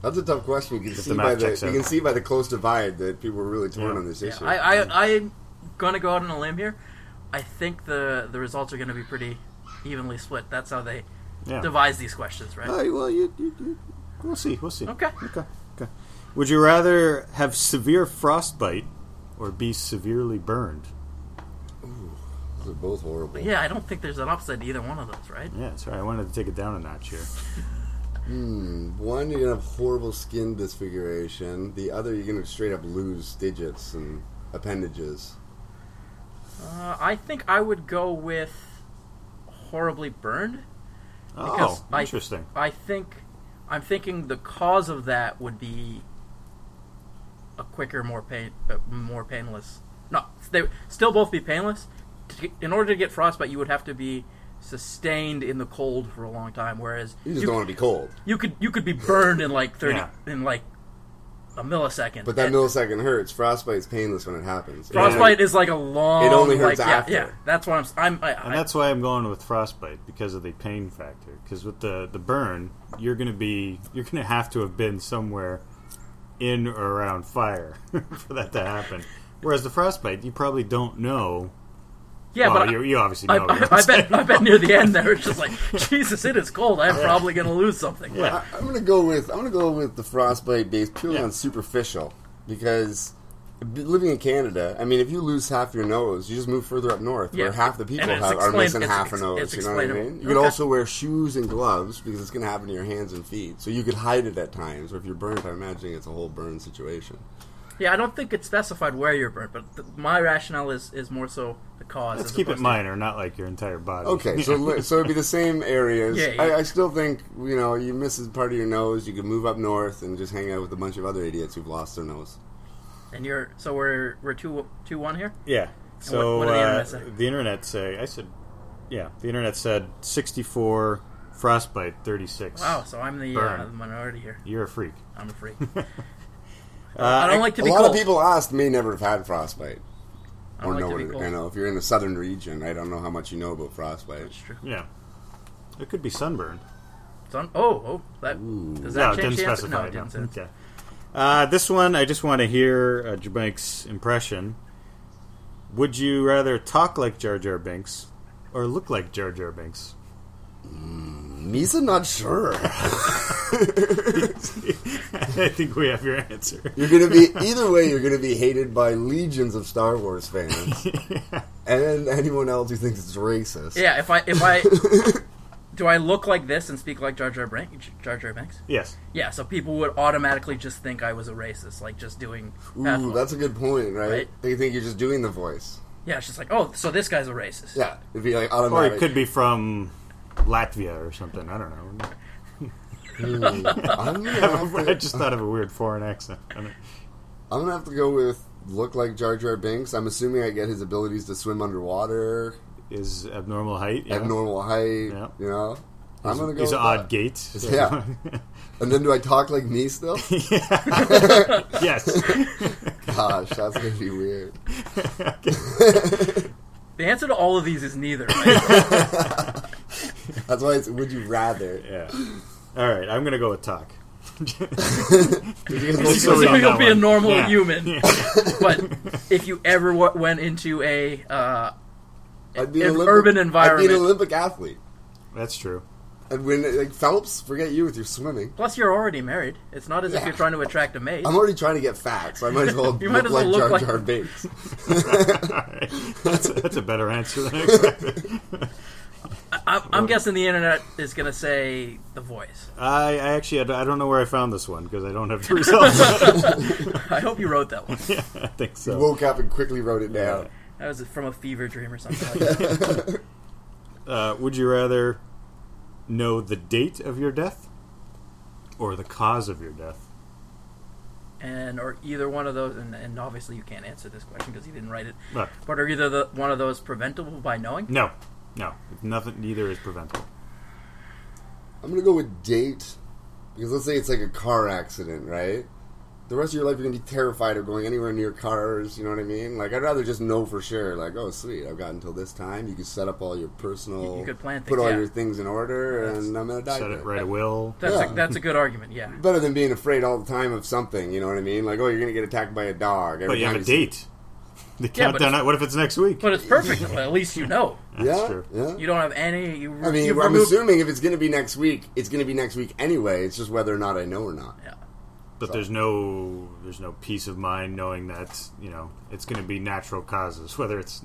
Speaker 4: That's a tough question. You can see
Speaker 2: the
Speaker 4: by
Speaker 2: math
Speaker 4: the
Speaker 2: checks
Speaker 4: you
Speaker 2: out.
Speaker 4: can see by the close divide that people were really torn
Speaker 2: Yeah.
Speaker 4: on this
Speaker 3: Yeah,
Speaker 4: issue.
Speaker 3: I, I I'm gonna go out on a limb here. I think the the results are gonna be pretty evenly split. That's how they
Speaker 2: Yeah.
Speaker 3: devise these questions, right?
Speaker 2: All right, well, Oh, you, you, you, we'll see. We'll see.
Speaker 3: Okay.
Speaker 2: Okay. Okay. Would you rather have severe frostbite or be severely burned?
Speaker 4: Those are both horrible.
Speaker 3: Yeah, I don't think there's an upside to either one of those, right?
Speaker 2: Yeah, sorry. I wanted to take it down a notch here.
Speaker 4: One, you're gonna have horrible skin disfiguration. The other, you're gonna straight up lose digits and appendages.
Speaker 3: Uh, I think I would go with horribly burned.
Speaker 2: Oh,
Speaker 3: I-
Speaker 2: interesting.
Speaker 3: I think I'm thinking the cause of that would be a quicker, more pain, uh, more painless. No, they would still both be painless. To get- In order to get frostbite, you would have to be sustained in the cold for a long time. Whereas
Speaker 4: You just don't want to be cold.
Speaker 3: you could you could be burned in like thirty
Speaker 2: Yeah.
Speaker 3: in like a millisecond.
Speaker 4: But that
Speaker 3: And
Speaker 4: millisecond hurts. Frostbite's painless when it happens.
Speaker 3: frostbite is like a long.
Speaker 4: It only hurts
Speaker 3: like, yeah,
Speaker 4: after.
Speaker 3: Yeah, that's what I'm. s- I'm. I,
Speaker 2: And
Speaker 3: I-
Speaker 2: that's why I'm going with frostbite because of the pain factor. Because with the the burn, you're gonna be you're gonna have to have been somewhere in or around fire for that to happen. Whereas the frostbite, you probably don't know.
Speaker 3: yeah,
Speaker 2: well,
Speaker 3: but I-
Speaker 2: you, you obviously
Speaker 3: I,
Speaker 2: know.
Speaker 3: I, I bet I bet near the end there it's just like Jesus, it is cold. I'm probably gonna lose something.
Speaker 2: Yeah.
Speaker 4: I'm gonna go with I'm gonna go with the frostbite based purely
Speaker 2: Yeah.
Speaker 4: on superficial because b- living in Canada, I mean, if you lose half your nose, you just move further up north
Speaker 3: Yeah.
Speaker 4: where half the people
Speaker 3: And it's
Speaker 4: have, are
Speaker 3: explain-
Speaker 4: missing
Speaker 3: it's
Speaker 4: half a
Speaker 3: ex-
Speaker 4: nose.
Speaker 3: it's
Speaker 4: You know what I mean?
Speaker 3: explainable.
Speaker 4: You could
Speaker 3: Okay.
Speaker 4: also wear shoes and gloves because it's gonna happen to your hands and feet, so you could hide it at times. Or if you're burnt, I'm imagining it's a whole burn situation.
Speaker 3: Yeah, I don't think it's specified where you're burnt, but th my rationale is is more so the cause.
Speaker 2: Let's
Speaker 3: as
Speaker 2: keep it
Speaker 3: opposed to-
Speaker 2: minor, not like your entire body.
Speaker 4: Okay, so li- so it'd be the same areas.
Speaker 3: Yeah, yeah.
Speaker 4: I, I still think you know you miss part of your nose. You could move up north and just hang out with a bunch of other idiots who've lost their nose.
Speaker 3: And you're so we're we're two two one here.
Speaker 2: Yeah. So
Speaker 3: what did the
Speaker 2: uh,
Speaker 3: internet say?
Speaker 2: the internet say I said, yeah, the internet said 64 frostbite, 36.
Speaker 3: Wow, so I'm the,
Speaker 2: Burn.
Speaker 3: uh, the minority here.
Speaker 2: You're a freak.
Speaker 3: I'm a freak. I don't like to
Speaker 4: Uh, A
Speaker 3: be
Speaker 4: lot
Speaker 3: cold.
Speaker 4: of people asked me never have had frostbite.
Speaker 3: I
Speaker 4: Or
Speaker 3: don't
Speaker 4: know
Speaker 3: like to
Speaker 4: what
Speaker 3: be
Speaker 4: it,
Speaker 3: cold.
Speaker 4: you know, if you're in a southern region, I don't know how much you know about frostbite.
Speaker 3: It's true.
Speaker 2: Yeah. It could be sunburn.
Speaker 3: Sun- oh, oh, that does that
Speaker 2: No, it didn't
Speaker 3: change the answer?
Speaker 2: specify.
Speaker 3: No, it didn't say.
Speaker 2: Okay. Uh, this one, I just want to hear uh, Jabank's impression. Would you rather talk like Jar Jar Binks or look like Jar Jar Binks?
Speaker 4: Misa, not sure.
Speaker 2: I think we have your answer.
Speaker 4: You're gonna be either way. You're gonna be hated by legions of Star Wars fans and anyone else who thinks it's racist.
Speaker 3: Yeah, if I if I do I look like this and speak like Jar Jar, Bran- Jar Jar Banks?
Speaker 2: Yes.
Speaker 3: Yeah, so people would automatically just think I was a racist, like just doing.
Speaker 4: Ooh,
Speaker 3: Pathfinder.
Speaker 4: that's a good point, right?
Speaker 3: Right.
Speaker 4: They think you're just doing the voice.
Speaker 3: yeah, it's just like, oh, so this guy's a racist.
Speaker 4: Yeah, it'd be like
Speaker 2: Or
Speaker 4: automatic.
Speaker 2: it could be from Latvia or something. I don't know.
Speaker 4: I'm gonna, have
Speaker 2: I
Speaker 4: to,
Speaker 2: just thought of a weird foreign accent. I mean,
Speaker 4: I'm gonna have to go with look like Jar Jar Binks. I'm assuming I get his abilities to swim underwater,
Speaker 2: is abnormal height. yeah.
Speaker 4: abnormal height.
Speaker 2: Yeah.
Speaker 4: You know, I'm gonna go.
Speaker 2: He's
Speaker 4: with
Speaker 2: an odd
Speaker 4: that.
Speaker 2: gait.
Speaker 4: Yeah. And then do I talk like me still?
Speaker 2: yes.
Speaker 4: Gosh, that's gonna be weird.
Speaker 3: The answer to all of these is neither. Right?
Speaker 4: That's why it's would you rather.
Speaker 2: Yeah. All right. I'm gonna go with talk.
Speaker 3: so
Speaker 2: we on
Speaker 3: you'll
Speaker 2: that
Speaker 3: be a
Speaker 2: one.
Speaker 3: normal
Speaker 2: Yeah.
Speaker 3: human.
Speaker 2: Yeah.
Speaker 3: But if you ever w- went into a uh,
Speaker 4: I'd be
Speaker 3: An urban
Speaker 4: I'd be
Speaker 3: environment.
Speaker 4: an Olympic athlete.
Speaker 2: That's true.
Speaker 4: And when like Phelps, forget you with your swimming.
Speaker 3: plus, you're already married. It's not as if
Speaker 4: Yeah.
Speaker 3: you're trying to attract a mate.
Speaker 4: I'm already trying to get fat, so I might as well
Speaker 3: You
Speaker 4: look
Speaker 3: might as well look
Speaker 4: like Jar
Speaker 3: like-
Speaker 4: Jar Binks.
Speaker 2: All right. That's, that's a better answer than I expected.
Speaker 3: I'm, I'm guessing the internet is going to say the voice.
Speaker 2: I, I actually I don't- I don't know where I found this one because I don't have the results.
Speaker 3: I hope you wrote that one.
Speaker 2: I think so.
Speaker 4: Woke up and quickly wrote it down.
Speaker 3: That was from a fever dream or something. Like that.
Speaker 2: Uh, would you rather know the date of your death or the cause of your death?
Speaker 3: And or either one of those, and, and obviously you can't answer this question because you didn't write it.
Speaker 2: Look,
Speaker 3: But are either the, one of those preventable by knowing?
Speaker 2: no, no, nothing. Neither is preventable.
Speaker 4: I'm gonna go with date because let's say it's like a car accident, right? The rest of your life you're gonna be terrified of going anywhere near cars. You know what I mean? Like I'd rather just know for sure. Like oh sweet, I've got until this time. You can set up all your personal,
Speaker 3: You- you could plan
Speaker 4: put
Speaker 3: things,
Speaker 4: all
Speaker 3: yeah.
Speaker 4: your things in order, and I'm gonna die.
Speaker 2: Set it
Speaker 4: quick.
Speaker 2: right a will.
Speaker 3: That's
Speaker 4: Yeah.
Speaker 3: a, that's a good argument. Yeah.
Speaker 4: Better than being afraid all the time of something. You know what I mean? Like oh you're gonna get attacked by a dog. Every
Speaker 2: But you have
Speaker 4: time
Speaker 2: a
Speaker 4: see-
Speaker 2: date. The
Speaker 3: Yeah, but
Speaker 2: countdown. what if it's next week?
Speaker 3: But it's perfect. well, at least you know.
Speaker 4: Yeah,
Speaker 2: true.
Speaker 4: yeah.
Speaker 3: You don't have any. You,
Speaker 4: I mean,
Speaker 3: you
Speaker 4: I'm
Speaker 3: removed-
Speaker 4: assuming if it's going to be next week, it's going to be next week anyway. It's just whether or not I know or not.
Speaker 3: Yeah.
Speaker 2: But there's no there's no peace of mind knowing that you know it's going to be natural causes, whether it's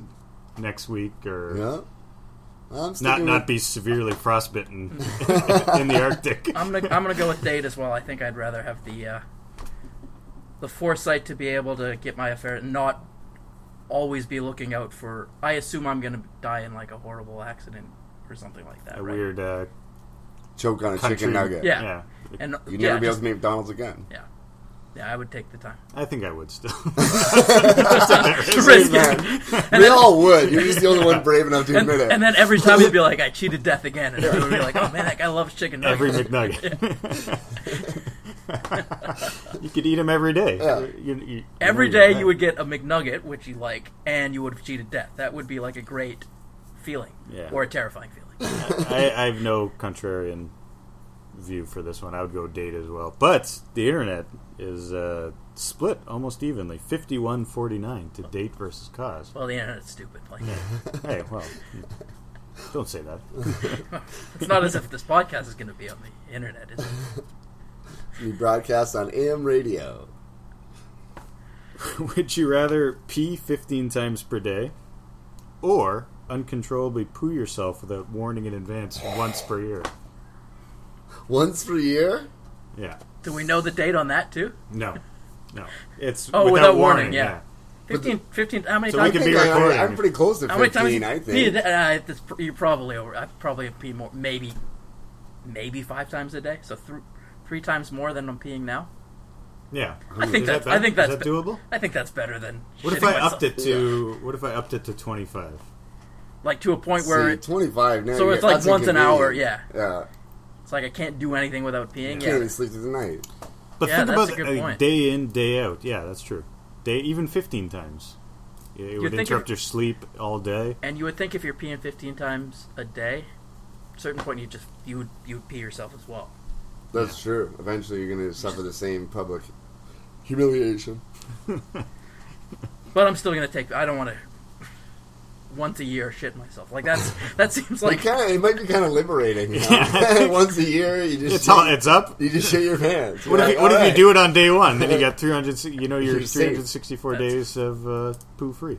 Speaker 2: next week or
Speaker 4: Yeah. I'm
Speaker 2: not
Speaker 4: sticking
Speaker 2: not
Speaker 4: with-
Speaker 2: be severely frostbitten in the Arctic.
Speaker 3: I'm gonna I'm gonna go with date as well. I think I'd rather have the uh, the foresight to be able to get my affair and not always be looking out for. I assume I'm gonna die in like a horrible accident or something like that.
Speaker 2: a
Speaker 3: right?
Speaker 2: weird uh,
Speaker 4: choke on a
Speaker 2: country.
Speaker 4: chicken nugget.
Speaker 3: Yeah.
Speaker 2: yeah.
Speaker 3: And
Speaker 4: You'd
Speaker 3: yeah,
Speaker 4: never be able
Speaker 3: just-
Speaker 4: to meet McDonald's again.
Speaker 3: yeah, yeah. I would take the time.
Speaker 2: I think I would still.
Speaker 3: Risk it.
Speaker 4: Man, we all would. You're just the only one brave enough to
Speaker 3: And,
Speaker 4: admit it.
Speaker 3: and then every time you'd be like, I cheated death again, and everyone would be like, Oh man, that guy loves chicken nuggets.
Speaker 2: every McNugget. you could eat them every day.
Speaker 4: Yeah.
Speaker 2: You- you-
Speaker 3: Every
Speaker 2: you-
Speaker 3: day you would get a McNugget, which you like, and you would have cheated death. That would be like a great feeling,
Speaker 2: Yeah.
Speaker 3: or a terrifying feeling.
Speaker 2: I, I have no contrarian view for this one. I would go date as well. But the internet is uh, split almost evenly 51 49 to date versus cause.
Speaker 3: Well, the internet's stupid. Like,
Speaker 2: Hey, well, don't say that.
Speaker 3: it's not as if this podcast is going to be on the internet. Is it?
Speaker 4: we broadcast on AM radio.
Speaker 2: Would you rather pee 15 times per day or uncontrollably poo yourself without warning in advance once per year?
Speaker 4: Once per year?
Speaker 2: Yeah.
Speaker 3: Do we know the date on that too?
Speaker 2: No. No. It's
Speaker 3: Oh, without warning, yeah.
Speaker 2: the-
Speaker 3: 15, 15 How many
Speaker 2: So we
Speaker 4: I
Speaker 3: times?
Speaker 2: could
Speaker 4: think
Speaker 2: be
Speaker 4: I,
Speaker 2: recording.
Speaker 4: I'm pretty close to
Speaker 3: how many times?
Speaker 4: 15, I
Speaker 3: you pee a
Speaker 4: think.
Speaker 3: day? Uh, it's, pr- you're probably over. I probably pee more. Maybe, maybe five times a day. So thr three times more than I'm peeing now.
Speaker 2: Yeah.
Speaker 3: I think
Speaker 2: Is
Speaker 3: that's.
Speaker 2: that
Speaker 3: I think
Speaker 2: bad?
Speaker 3: that's
Speaker 2: Is that doable?
Speaker 3: I think that's better than.
Speaker 2: What if
Speaker 3: shitting
Speaker 2: I
Speaker 3: myself.
Speaker 2: upped it to what if I upped it to 25?
Speaker 3: like to a point
Speaker 4: See,
Speaker 3: where it-
Speaker 4: 25 now.
Speaker 3: So
Speaker 4: you
Speaker 3: it's
Speaker 4: get-
Speaker 3: like
Speaker 4: that's
Speaker 3: once an hour,
Speaker 4: inconvenient. Yeah.
Speaker 3: it's like I can't do anything without peeing?
Speaker 4: Can't
Speaker 3: Yeah,
Speaker 4: even sleep through the night.
Speaker 2: But
Speaker 3: Yeah,
Speaker 2: think
Speaker 3: that's
Speaker 2: about
Speaker 3: a good
Speaker 2: like,
Speaker 3: point.
Speaker 2: day in day out. Yeah, that's true. Day even 15 times. It would
Speaker 3: think
Speaker 2: interrupt
Speaker 3: if-
Speaker 2: your sleep all day.
Speaker 3: and you would think if you're peeing 15 times a day, certain point you just you would you would pee yourself as well.
Speaker 4: That's true. Eventually, you're going to suffer the same public humiliation.
Speaker 3: But I'm still gonna take. I don't want to once a year shit myself. Like that's that seems
Speaker 4: It
Speaker 3: like
Speaker 4: kind of it might be kind of liberating. You know? Once a year, you just
Speaker 2: It's all,
Speaker 4: shit-
Speaker 2: it's up.
Speaker 4: you just shit your pants.
Speaker 2: What if, you, what if you do it on day one? Then you got 300, you know, your
Speaker 4: You're safe.
Speaker 2: 364
Speaker 3: That's-
Speaker 2: days of uh, poo free.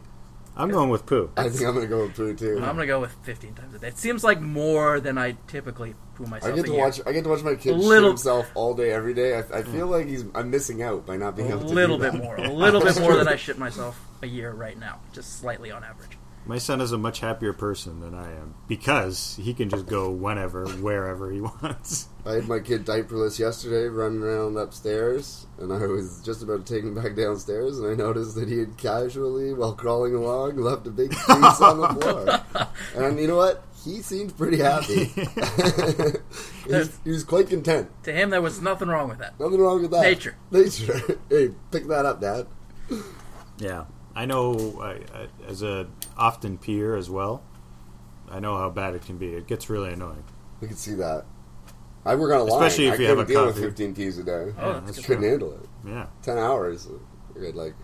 Speaker 2: I'm going with poo.
Speaker 4: I think I'm gonna go with poo too.
Speaker 3: I'm gonna go with 15 times a day. It seems like more than I typically poo
Speaker 4: I
Speaker 3: myself.
Speaker 4: get
Speaker 3: a
Speaker 4: to
Speaker 3: year.
Speaker 4: watch. I get to watch my kid shoot
Speaker 3: Little-
Speaker 4: himself all day, every day. I, I feel like he's. I'm missing out by not being
Speaker 3: a
Speaker 4: able to.
Speaker 3: little
Speaker 4: do
Speaker 3: bit
Speaker 4: that.
Speaker 3: more, a little bit more than I shit myself a year right now, just slightly on average.
Speaker 2: My son is a much happier person than I am because he can just go whenever, wherever he wants.
Speaker 4: I had my kid diaperless yesterday, running around upstairs, and I was just about to take him back downstairs, and I noticed that he had casually, while crawling along, left a big crease on the floor. And you know what? He seemed pretty happy. he, was, he was quite content.
Speaker 3: To him, there was nothing wrong with that.
Speaker 4: Nothing wrong with that.
Speaker 3: Nature.
Speaker 4: Nature. hey, pick that up, Dad.
Speaker 2: Yeah, I know. I, I, as a often peer as well, I know how bad it can be. It gets really annoying.
Speaker 4: We can see that. I work on a line.
Speaker 2: Especially if
Speaker 4: I
Speaker 2: you have
Speaker 4: couldn't
Speaker 2: a
Speaker 4: deal with
Speaker 2: coffee.
Speaker 4: 15 P's a day.
Speaker 3: Oh,
Speaker 2: that's
Speaker 3: that's good.
Speaker 4: couldn't handle it.
Speaker 2: Yeah,
Speaker 4: 10 hours. I could, like,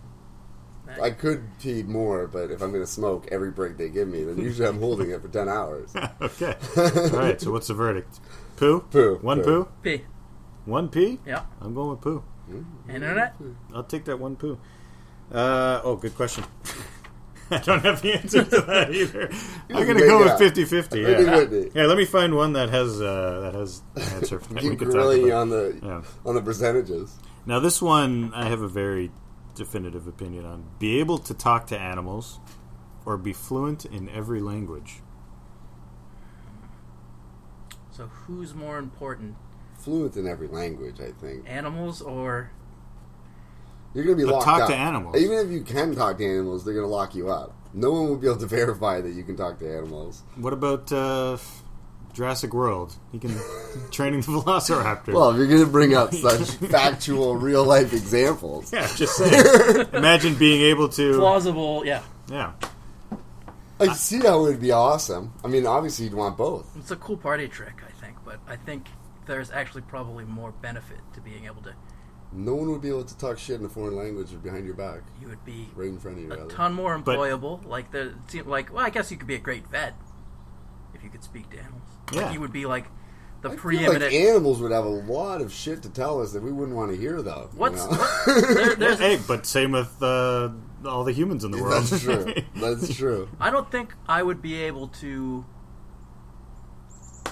Speaker 3: Nice.
Speaker 4: I could pee more, but if I'm going to smoke every break they give me, then usually I'm holding it for 10 hours.
Speaker 2: okay. All right. So what's the verdict? Poo.
Speaker 4: Poo.
Speaker 2: One
Speaker 4: Poo.
Speaker 2: poo.
Speaker 3: P.
Speaker 2: One pee.
Speaker 3: Yeah.
Speaker 2: I'm going with poo.
Speaker 3: Internet.
Speaker 4: Hmm.
Speaker 2: I'll take that one poo. Uh, oh, good question. I don't have the answer to that either. I'm gonna
Speaker 4: make
Speaker 2: go
Speaker 4: it
Speaker 2: with
Speaker 4: up.
Speaker 2: 50-50.
Speaker 4: Maybe
Speaker 2: Yeah.
Speaker 4: it would be.
Speaker 2: yeah, let me find one that has uh, that has an answer. for that we
Speaker 4: Keep
Speaker 2: could talk about.
Speaker 4: grilling on the
Speaker 2: Yeah.
Speaker 4: on the percentages.
Speaker 2: Now, this one I have a very definitive opinion on. Be able to talk to animals or be fluent in every language.
Speaker 3: So who's more important,
Speaker 4: Fluent in every language, I think.
Speaker 3: animals or?
Speaker 4: You're going to be
Speaker 2: But
Speaker 4: locked
Speaker 2: talk
Speaker 4: up.
Speaker 2: to animals.
Speaker 4: Even if you can talk to animals, they're going to lock you up. No one will be able to verify that you can talk to animals.
Speaker 2: What about uh, Jurassic World? He can training the Velociraptor.
Speaker 4: Well, if you're going to bring up such factual, real life examples,
Speaker 2: yeah, just saying. Imagine being able to.
Speaker 3: Plausible, yeah.
Speaker 2: Yeah,
Speaker 4: I see how it would be awesome. I mean, obviously, you'd want both.
Speaker 3: It's a cool party trick, I think, but I think there's actually probably more benefit to being able to.
Speaker 4: No one would be able to talk shit in a foreign language or behind your back,
Speaker 3: You would be
Speaker 4: right in front of you.
Speaker 3: a
Speaker 4: rather.
Speaker 3: ton more
Speaker 2: But-
Speaker 3: employable. like the it seem- like, well, I guess you could be a great vet if you could speak to animals. Like,
Speaker 2: Yeah.
Speaker 3: you would be like the
Speaker 4: I feel
Speaker 3: preeminent.
Speaker 4: like animals would have a lot of shit to tell us that we wouldn't want to hear, though. you
Speaker 3: What's
Speaker 4: know?
Speaker 3: what- there, there's
Speaker 2: hey, but same with uh, all the humans in the world.
Speaker 4: That's true. That's true.
Speaker 3: I don't think I would be able to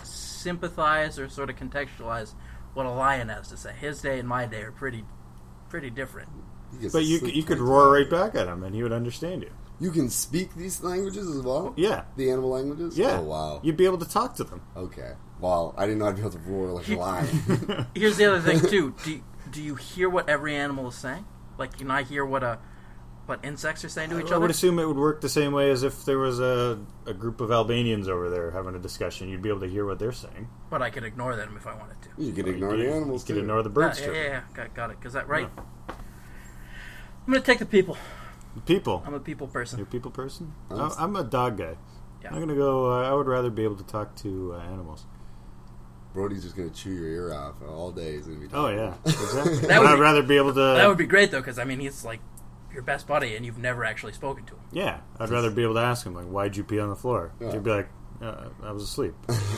Speaker 3: sympathize or sort of contextualize what a lion has to say. His day and my day are pretty, pretty different.
Speaker 4: gets
Speaker 2: but
Speaker 4: to
Speaker 2: you
Speaker 4: sleep
Speaker 2: you could
Speaker 4: nights.
Speaker 2: roar right back at him, and he would understand you.
Speaker 4: You can speak these languages as well.
Speaker 2: Yeah,
Speaker 4: The animal languages.
Speaker 2: yeah.
Speaker 4: Oh wow.
Speaker 2: You'd be able to talk to them.
Speaker 4: Okay. Wow. I didn't know I'd be able to roar like a lion.
Speaker 3: Here's the other thing too. Do do you hear what every animal is saying? Like can I hear what a what insects are saying to each
Speaker 2: I would
Speaker 3: other?
Speaker 2: assume it would work the same way as if there was a, a group of Albanians over there having a discussion. You'd be able to hear what they're saying.
Speaker 3: But I could ignore them if I wanted to.
Speaker 4: you could ignore
Speaker 2: you,
Speaker 4: the animals.
Speaker 2: You
Speaker 4: too.
Speaker 2: could ignore the
Speaker 3: Yeah,
Speaker 2: birds.
Speaker 3: yeah,
Speaker 2: too.
Speaker 3: yeah, yeah. Got, got it. Is that right? I'm gonna take the people.
Speaker 2: The People.
Speaker 3: I'm a people
Speaker 2: You're
Speaker 3: person.
Speaker 2: a people person?
Speaker 4: Nice.
Speaker 2: I- I'm a dog guy.
Speaker 3: Yeah.
Speaker 2: I'm going to go, uh, I would rather be able to talk to uh, animals.
Speaker 4: Brody's just gonna chew your ear off all day. He's gonna be.
Speaker 2: Oh, yeah. Exactly.
Speaker 3: That
Speaker 2: but
Speaker 3: would
Speaker 2: I'd
Speaker 3: be-
Speaker 2: rather be able to.
Speaker 3: That would be great though, because I mean, he's like your best buddy, and you've never actually spoken to him.
Speaker 2: yeah. I'd rather be able to ask him, like, why'd you pee on the floor?
Speaker 4: Yeah.
Speaker 2: He'd be like, uh, I was asleep.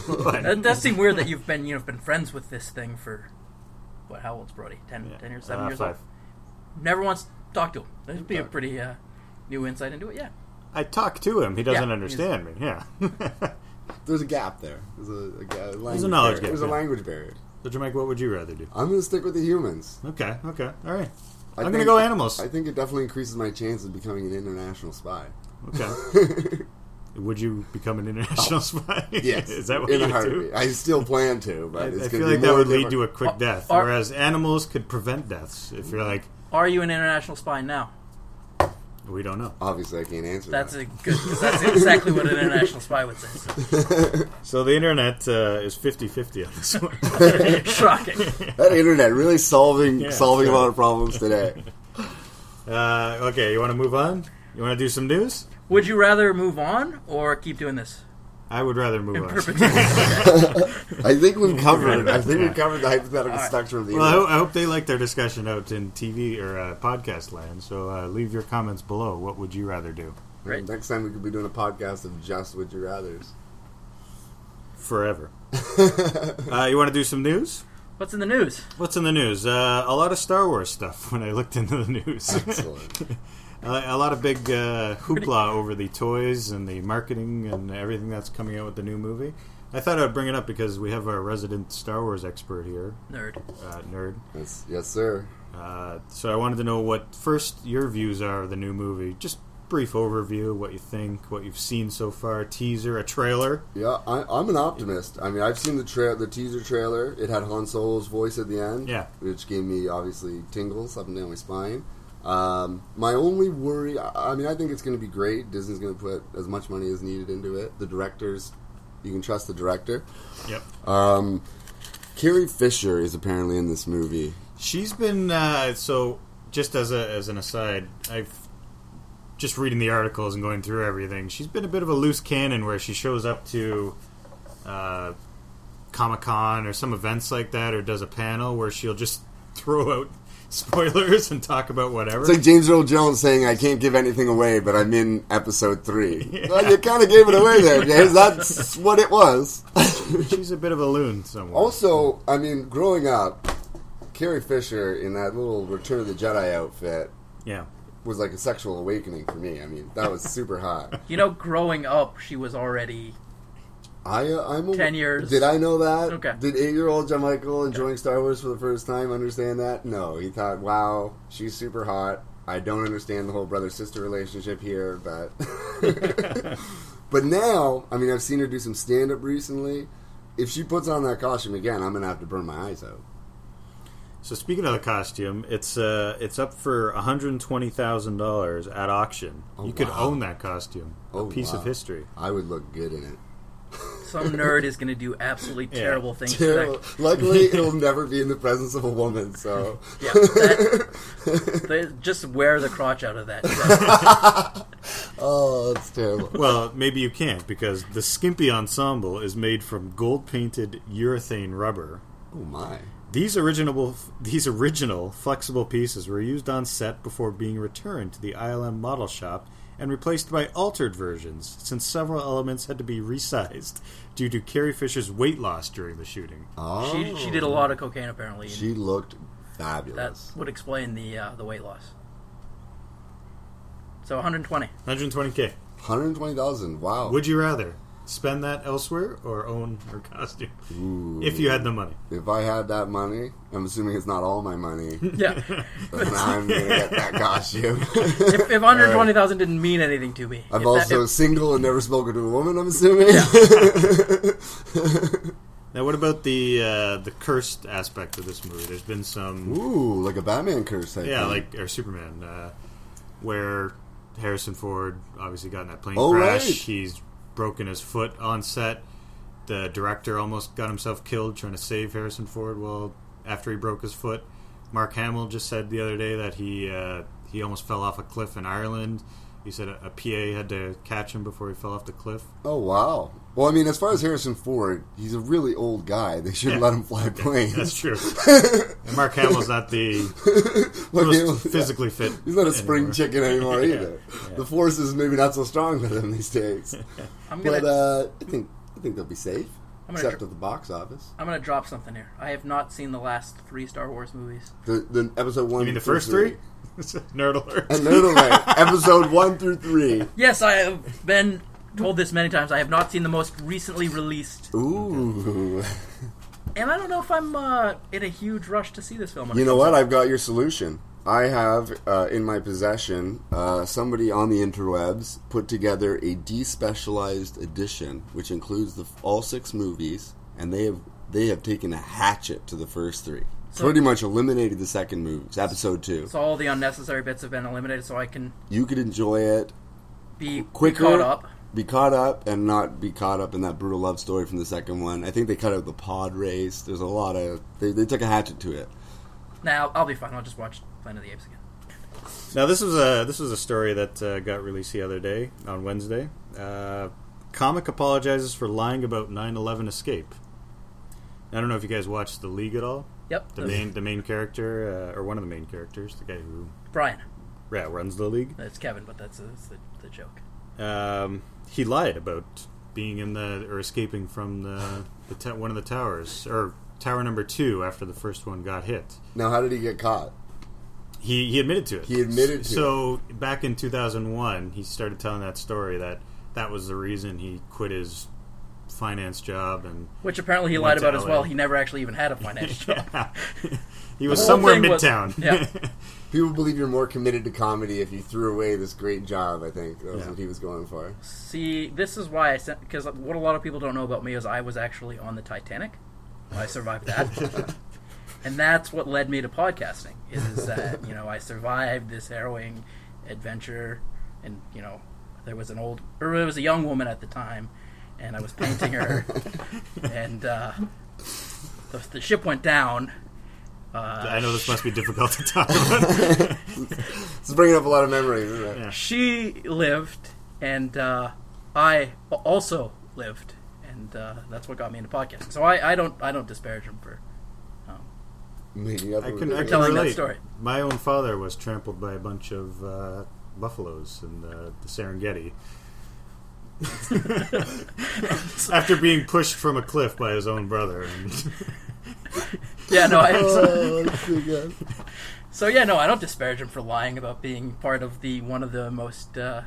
Speaker 2: What?
Speaker 3: That does seem weird that you've been you've been friends with this thing for what? How old's Brody? Ten,
Speaker 2: Yeah.
Speaker 3: 10 years, seven
Speaker 2: Uh,
Speaker 3: years
Speaker 2: five.
Speaker 3: old. Never once talked to him. That'd be a
Speaker 4: Talk.
Speaker 3: pretty uh, new insight into it. Yeah,
Speaker 2: I talk to him. He doesn't
Speaker 3: Yeah,
Speaker 2: understand me. Yeah.
Speaker 4: There's a gap there. There's a, a, ga- language
Speaker 2: knowledge
Speaker 4: barrier.
Speaker 2: gap,
Speaker 4: There's a
Speaker 2: yeah.
Speaker 4: language barrier.
Speaker 2: so, Jamaica, what would you rather do?
Speaker 4: I'm gonna stick with the humans.
Speaker 2: Okay. Okay. All right.
Speaker 4: I
Speaker 2: I'm going to
Speaker 4: think-
Speaker 2: go animals.
Speaker 4: I think it definitely increases my chance of becoming an international spy.
Speaker 2: Okay. Would you become an international spy?
Speaker 4: Yes,
Speaker 2: Is that what
Speaker 4: in
Speaker 2: you
Speaker 4: a
Speaker 2: would
Speaker 4: heartbeat.
Speaker 2: do?
Speaker 4: I still plan to, but
Speaker 2: I,
Speaker 4: it's
Speaker 2: I
Speaker 4: gonna
Speaker 2: feel
Speaker 4: be
Speaker 2: like that
Speaker 4: more
Speaker 2: would lead
Speaker 4: different.
Speaker 2: to a quick death,
Speaker 3: Or-
Speaker 2: whereas animals could prevent deaths if you're like,
Speaker 3: are you an international spy now?
Speaker 2: we don't know.
Speaker 4: Obviously, I can't answer
Speaker 3: That's
Speaker 4: that.
Speaker 3: a good. 'cause that's exactly what an international spy would say. So,
Speaker 2: So the internet uh, is 50-50 on this one.
Speaker 3: shocking.
Speaker 4: that internet really solving
Speaker 2: Yeah,
Speaker 4: solving
Speaker 2: sure.
Speaker 4: a lot of problems today.
Speaker 2: uh, okay, you want to move on? You want to do some news?
Speaker 3: Would you rather move on or keep doing this?
Speaker 2: I would rather move on.
Speaker 4: I think we've covered. I think
Speaker 2: Yeah.
Speaker 4: we've covered the hypothetical
Speaker 3: right.
Speaker 4: spectrum of the
Speaker 2: Well, I,
Speaker 4: internet.
Speaker 2: ho- I hope they like their discussion out in TV or uh, podcast land. So uh, leave your comments below. What would you rather do?
Speaker 3: Right.
Speaker 4: Next time we could be doing a podcast of just would you rather's.
Speaker 2: Forever. uh, you want to do some news?
Speaker 3: What's in the news?
Speaker 2: What's in the news? Uh, a lot of Star Wars stuff when I looked into the news.
Speaker 4: Excellent.
Speaker 2: A a lot of big uh, hoopla over the toys and the marketing and everything that's coming out with the new movie. I thought I would bring it up because we have our resident Star Wars expert here,
Speaker 3: Nerd.
Speaker 2: uh, nerd.
Speaker 4: Yes, yes, sir.
Speaker 2: Uh, so I wanted to know what first your views are of the new movie. Just brief overview, what you think, what you've seen so far, a teaser, a trailer.
Speaker 4: Yeah, I, I'm an optimist. I mean, I've seen the tra- the teaser trailer. It had Han Solo's voice at the end,
Speaker 2: Yeah.
Speaker 4: which gave me obviously tingles up and down my spine. Um, my only worry, I I mean, I think it's going to be great. Disney's going to put as much money as needed into it. The directors, you can trust the director.
Speaker 2: Yep.
Speaker 4: Um, Carrie Fisher is apparently in this movie.
Speaker 2: She's been uh, so. Just as a as an aside, I've just reading the articles and going through everything. She's been a bit of a loose cannon where she shows up to uh, Comic Con or some events like that, or does a panel where she'll just throw out spoilers and talk about whatever.
Speaker 4: It's like James Earl Jones saying, "I can't give anything away, but I'm in episode three. Well, you kind of gave it away there, James. That's what it was.
Speaker 2: She's a bit of a loon somewhere.
Speaker 4: Also, I mean, growing up, Carrie Fisher in that little Return of the Jedi outfit
Speaker 2: yeah.
Speaker 4: was like a sexual awakening for me. I mean, that was super hot.
Speaker 3: You know, growing up, she was already.
Speaker 4: I, uh, I'm a,
Speaker 3: 10 years.
Speaker 4: Did I know that?
Speaker 3: Okay.
Speaker 4: Did eight-year-old John Michael enjoying Star Wars for the first time understand that? No, he thought, "Wow, she's super hot." I don't understand the whole brother-sister relationship here, but but now, I mean, I've seen her do some stand-up recently. If she puts on that costume again, I'm gonna have to burn my eyes out.
Speaker 2: So speaking of the costume, it's uh, it's up for one hundred twenty thousand dollars at auction. you could
Speaker 4: Oh, wow.
Speaker 2: own that costume,
Speaker 4: Oh,
Speaker 2: a piece
Speaker 4: wow.
Speaker 2: of history.
Speaker 4: I would look good in it.
Speaker 3: Some nerd is going to do absolutely
Speaker 2: Yeah.
Speaker 3: terrible things. to that-
Speaker 4: Terrible. Luckily, it'll never be in the presence of a woman. So,
Speaker 3: Yeah, that, they just wear the crotch out of that.
Speaker 4: oh, that's terrible.
Speaker 2: Well, maybe you can't because the skimpy ensemble is made from gold painted urethane rubber.
Speaker 4: Oh my!
Speaker 2: These original these original flexible pieces were used on set before being returned to the ILM model shop and replaced by altered versions since several elements had to be resized due to Carrie Fisher's weight loss during the shooting.
Speaker 4: Oh,
Speaker 3: She, she did a lot of cocaine apparently. and
Speaker 4: She looked
Speaker 3: that
Speaker 4: fabulous.
Speaker 3: would explain the uh, the weight loss. So 120.
Speaker 2: 120k.
Speaker 4: Hundred twenty thousand. Wow.
Speaker 2: Would you rather spend that elsewhere or own her costume if you had the money?
Speaker 4: if I had that money, I'm assuming it's not all my money, then
Speaker 3: Yeah.
Speaker 4: I'm gonna get that costume.
Speaker 3: if, if 120,000 didn't mean anything to me.
Speaker 4: I'm
Speaker 3: if that-
Speaker 4: also
Speaker 3: if-
Speaker 4: single and never spoken to a woman. I'm assuming.
Speaker 2: Now, what about the uh, the cursed aspect of this movie? There's been some,
Speaker 4: Ooh, like a Batman curse. I
Speaker 2: yeah,
Speaker 4: think.
Speaker 2: like or Superman, uh, where Harrison Ford obviously got in that plane
Speaker 4: Oh,
Speaker 2: crash.
Speaker 4: right.
Speaker 2: He's broken his foot on set. The director almost got himself killed trying to save Harrison Ford. Well, after he broke his foot, Mark Hamill just said the other day that he uh, he almost fell off a cliff in Ireland. He said a, a PA had to catch him before he fell off the cliff.
Speaker 4: Oh wow. Well, I mean, as far as Harrison Ford, he's a really old guy. They shouldn't
Speaker 2: Yeah.
Speaker 4: let him fly planes.
Speaker 2: That's true. and Mark Hamill's not the
Speaker 4: Like,
Speaker 2: most
Speaker 4: they-
Speaker 2: physically fit.
Speaker 4: He's not a spring
Speaker 2: anymore.
Speaker 4: chicken anymore
Speaker 2: Yeah,
Speaker 4: either. The force is maybe not so strong with him these days.
Speaker 3: I'm going
Speaker 4: but
Speaker 3: to
Speaker 4: uh, I think I think they'll be safe,
Speaker 3: I'm gonna
Speaker 4: except
Speaker 3: tr-
Speaker 4: at the box office.
Speaker 3: I'm going to drop something here. I have not seen the last 3 Star Wars movies.
Speaker 4: The, the episode one.
Speaker 2: I mean, the
Speaker 4: through
Speaker 2: first three? Nerd alert.
Speaker 4: And no, no, no, episode one through three.
Speaker 3: Yes, I have been told this many times. I have not seen the most recently released.
Speaker 4: Ooh.
Speaker 3: And I don't know if I'm uh, in a huge rush to see this film. or
Speaker 4: You
Speaker 3: not.
Speaker 4: know what? I've got your solution. I have uh, in my possession uh, somebody on the interwebs put together a despecialized edition, which includes the, all six movies, and they have they have taken a hatchet to the first three,
Speaker 3: So-
Speaker 4: pretty much eliminated the second movie, it's episode two.
Speaker 3: So all the unnecessary bits have been eliminated so I can
Speaker 4: You could enjoy it
Speaker 3: be
Speaker 4: quicker,
Speaker 3: caught up.
Speaker 4: be caught up, and not be caught up in that brutal love story from the second one. I think they cut out the pod race. There's a lot of they, they took a hatchet to it.
Speaker 3: Now I'll be fine. I'll just watch Planet of the Apes again.
Speaker 2: Now this was a this was a story that uh, got released the other day on Wednesday. Uh, comic apologizes for lying about 9/11 escape. I don't know if you guys watched the League at all.
Speaker 3: Yep.
Speaker 2: The main the main character uh, or one of the main characters, the guy who
Speaker 3: Brian.
Speaker 2: yeah, runs the league.
Speaker 3: That's Kevin, but that's, that's the, the joke.
Speaker 2: Um, he lied about being in the or escaping from the, the ta- one of the towers or tower number two after the first one got hit.
Speaker 4: Now, how did he get caught?
Speaker 2: He he admitted to it.
Speaker 4: He admitted to
Speaker 2: so back in 2001, he started telling that story that that was the reason he quit his finance job and
Speaker 3: Which apparently he
Speaker 2: Went
Speaker 3: lied
Speaker 2: to
Speaker 3: about as
Speaker 2: LA.
Speaker 3: well. He never actually even had a financial job.
Speaker 2: he was
Speaker 3: whole
Speaker 2: somewhere
Speaker 3: thing was-
Speaker 2: midtown.
Speaker 3: yeah.
Speaker 4: People believe you're more committed to comedy if you threw away this great job. I think that was
Speaker 2: Yeah.
Speaker 4: what he was going for.
Speaker 3: See, this is why I sent because what a lot of people don't know about me is I was actually on the Titanic. I survived that, and that's what led me to podcasting. Is that you know I survived this harrowing adventure, and you know there was an old or it was a young woman at the time, and I was painting her, and uh, the, the ship went down.
Speaker 2: I know this must be difficult to talk about.
Speaker 4: It's bringing up a lot of memories. Isn't it?
Speaker 2: Yeah.
Speaker 3: She lived, and uh, I a- also lived, and uh, that's what got me into podcasting. So I, I don't I don't disparage him for.
Speaker 4: Making up
Speaker 2: I
Speaker 4: a-
Speaker 2: can, I can
Speaker 3: Telling that
Speaker 2: relate.
Speaker 3: story.
Speaker 2: My own father was trampled by a bunch of uh, buffaloes in the, the Serengeti. After being pushed from a cliff by his own brother, and
Speaker 3: Yeah, no. I,
Speaker 4: Oh, that's so good.
Speaker 3: so yeah, no, I don't disparage him for lying about being part of the one of the most uh,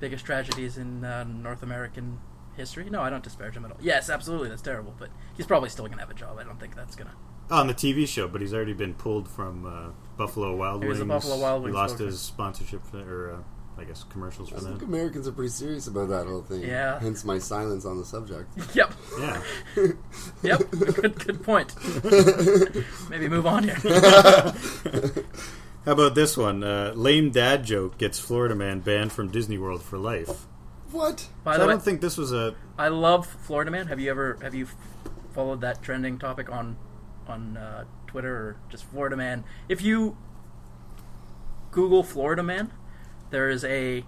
Speaker 3: biggest tragedies in uh, North American history. No, I don't disparage him at all. Yes, absolutely, that's terrible, but he's probably still gonna have a job. I don't think that's gonna.
Speaker 2: on the TV show, but he's already been pulled from uh, Buffalo Wild
Speaker 3: He
Speaker 2: Wings.
Speaker 3: was a Buffalo Wild Wings
Speaker 2: He lost
Speaker 3: spokesman.
Speaker 2: his sponsorship for, or uh, I guess commercials for
Speaker 4: I think
Speaker 2: them.
Speaker 4: Americans are pretty serious about that whole thing.
Speaker 3: Yeah.
Speaker 4: Hence my silence on the subject.
Speaker 3: Yep,
Speaker 2: Yeah,
Speaker 3: yep. good, good point. Maybe move on here.
Speaker 2: How about this one? Uh, lame dad joke gets Florida man banned from Disney World for life. So
Speaker 4: What?
Speaker 3: By
Speaker 2: I
Speaker 3: the way,
Speaker 2: don't think this was a.
Speaker 3: I love Florida Man. Have you ever have you f- followed that trending topic on on uh, Twitter or just Florida Man? If you Google Florida Man, there is a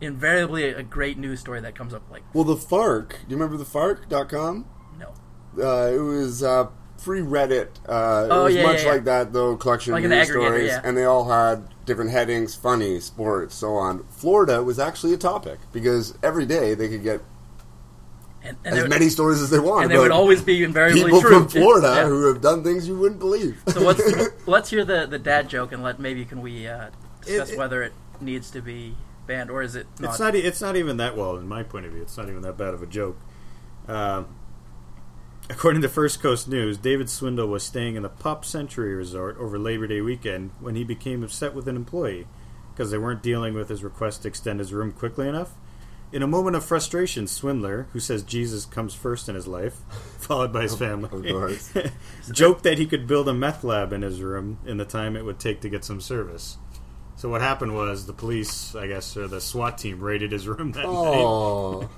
Speaker 3: invariably a great news story that comes up. Like
Speaker 4: Well, the FARC. Do you remember the FARC.com?
Speaker 3: no,
Speaker 4: Uh, it was uh, free Reddit. Uh,
Speaker 3: Oh,
Speaker 4: it was
Speaker 3: yeah,
Speaker 4: much
Speaker 3: yeah, yeah.
Speaker 4: like that, though, collection
Speaker 3: Like
Speaker 4: of
Speaker 3: an
Speaker 4: news
Speaker 3: aggregator,
Speaker 4: stories.
Speaker 3: yeah.
Speaker 4: And they all had different headings funny, sports, so on. Florida was actually a topic because every day they could get
Speaker 3: and, and
Speaker 4: as
Speaker 3: there,
Speaker 4: many stories as they want.
Speaker 3: and they would
Speaker 4: about
Speaker 3: always be invariably
Speaker 4: people
Speaker 3: true.
Speaker 4: from Florida
Speaker 3: Yeah.
Speaker 4: who have done things you wouldn't believe.
Speaker 3: So let's let's hear the the dad joke and let maybe can we uh, discuss
Speaker 2: it-
Speaker 3: whether it needs to be banned or is it not?
Speaker 2: It's not. e- It's not even that well, in my point of view. It's not even that bad of a joke. Um, according to First Coast News, David Swindle was staying in the Pop Century Resort over Labor Day weekend when he became upset with an employee because they weren't dealing with his request to extend his room quickly enough. In a moment of frustration, Swindler, who says Jesus comes first in his life, followed by his family,
Speaker 4: Of course.
Speaker 2: joked that he could build a meth lab in his room in the time it would take to get some service. So what happened was the police, I guess, or the SWAT team raided his room that night.
Speaker 4: Oh.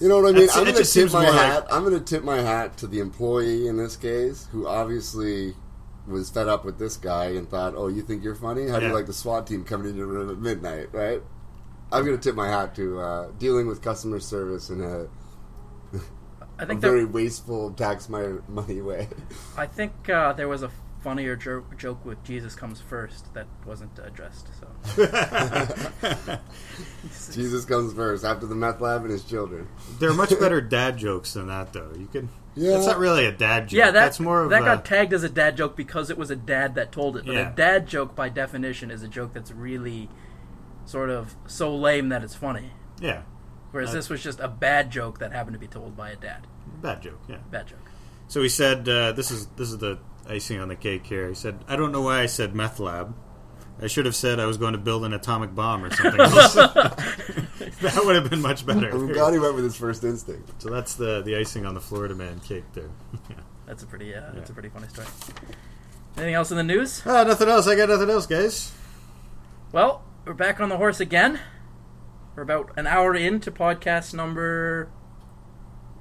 Speaker 4: You know what I mean?
Speaker 2: That's-
Speaker 4: I'm
Speaker 2: it
Speaker 4: gonna
Speaker 2: just
Speaker 4: tip
Speaker 2: seems
Speaker 4: my
Speaker 2: more like-
Speaker 4: hat. I'm gonna tip my hat to the employee in this case, who obviously was fed up with this guy and thought, "Oh, you think you're funny? How do you
Speaker 2: Yeah.
Speaker 4: like the SWAT team coming into your room at midnight?" Right? I'm gonna tip my hat to uh, dealing with customer service in a,
Speaker 3: I
Speaker 4: a
Speaker 3: think there-
Speaker 4: very wasteful tax my money way.
Speaker 3: I think uh, there was a funnier jo- joke with Jesus comes first that wasn't addressed. So
Speaker 4: Jesus comes first after the meth lab and his children.
Speaker 2: There are much better dad jokes than that, though. You could.
Speaker 4: Yeah.
Speaker 2: That's not really a dad joke.
Speaker 3: yeah, that,
Speaker 2: that's more of
Speaker 3: that
Speaker 2: a,
Speaker 3: got tagged as a dad joke because it was a dad that told it. But
Speaker 2: Yeah.
Speaker 3: a dad joke, by definition, is a joke that's really sort of so lame that it's funny.
Speaker 2: yeah,
Speaker 3: Whereas this was just a bad joke that happened to be told by a dad.
Speaker 2: bad joke. Yeah.
Speaker 3: Bad joke.
Speaker 2: So he said, uh, "This is this is the icing on the cake here." He said, "I don't know why I said meth lab. I should have said I was going to build an atomic bomb or something else. that would have been much better."
Speaker 4: I'm glad he went with his first instinct.
Speaker 2: So that's the the icing on the Florida man cake there.
Speaker 3: That's a pretty. Uh, That's a pretty funny story. Anything else in the news?
Speaker 2: Ah, nothing else. I got nothing else, guys.
Speaker 3: Well, we're back on the horse again. We're about an hour into podcast number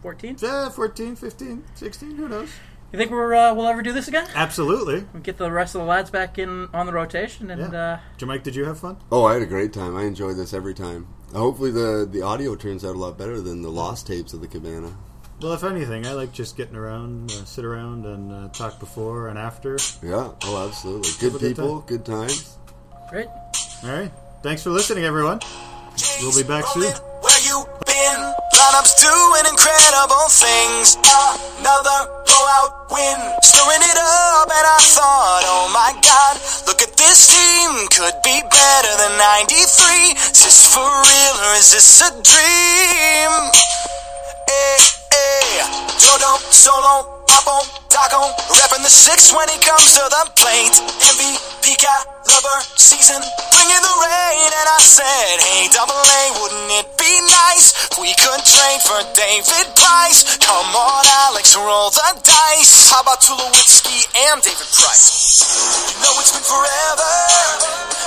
Speaker 3: fourteen.
Speaker 2: Yeah, 14, 15, 16, who knows?
Speaker 3: You think we're uh, we'll ever do this again?
Speaker 2: Absolutely.
Speaker 3: We get the rest of the lads back in on the rotation, and
Speaker 2: Yeah.
Speaker 3: uh,
Speaker 2: Jamike, did you have fun?
Speaker 4: Oh, I had a great time. I enjoy this every time. Hopefully, the the audio turns out a lot better than the lost tapes of the cabana.
Speaker 2: Well, if anything, I like just getting around, uh, sit around, and uh, talk before and after.
Speaker 4: Yeah, oh, absolutely. Good
Speaker 2: a good
Speaker 4: people, good times.
Speaker 3: uh, great.
Speaker 2: All right. Thanks for listening, everyone. We'll be back soon.
Speaker 5: Where you been? Lineups doing incredible things. Another blowout win, stirring it up, and I thought, oh my god, look at this team. one could be better than 93. Is this for real or is this a dream? Hey, hey, Jodo, Solo, Papo, Taco, reppin' the six when he comes to the plate. MVP cat, lover, season, bringing the rain. And I said, hey, double A, wouldn't it be nice if we could trade for David Price? Come on, Alex, roll the dice. How about Tulowitzki and David Price? You know it's been forever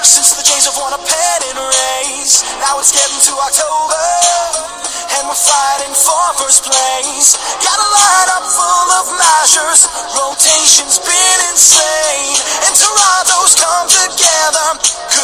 Speaker 5: since the Jays have won a pennant race. Now it's getting to October, and we're fighting for first place. Got a lineup full of measures, rotation's been insane, and Toronto's come together.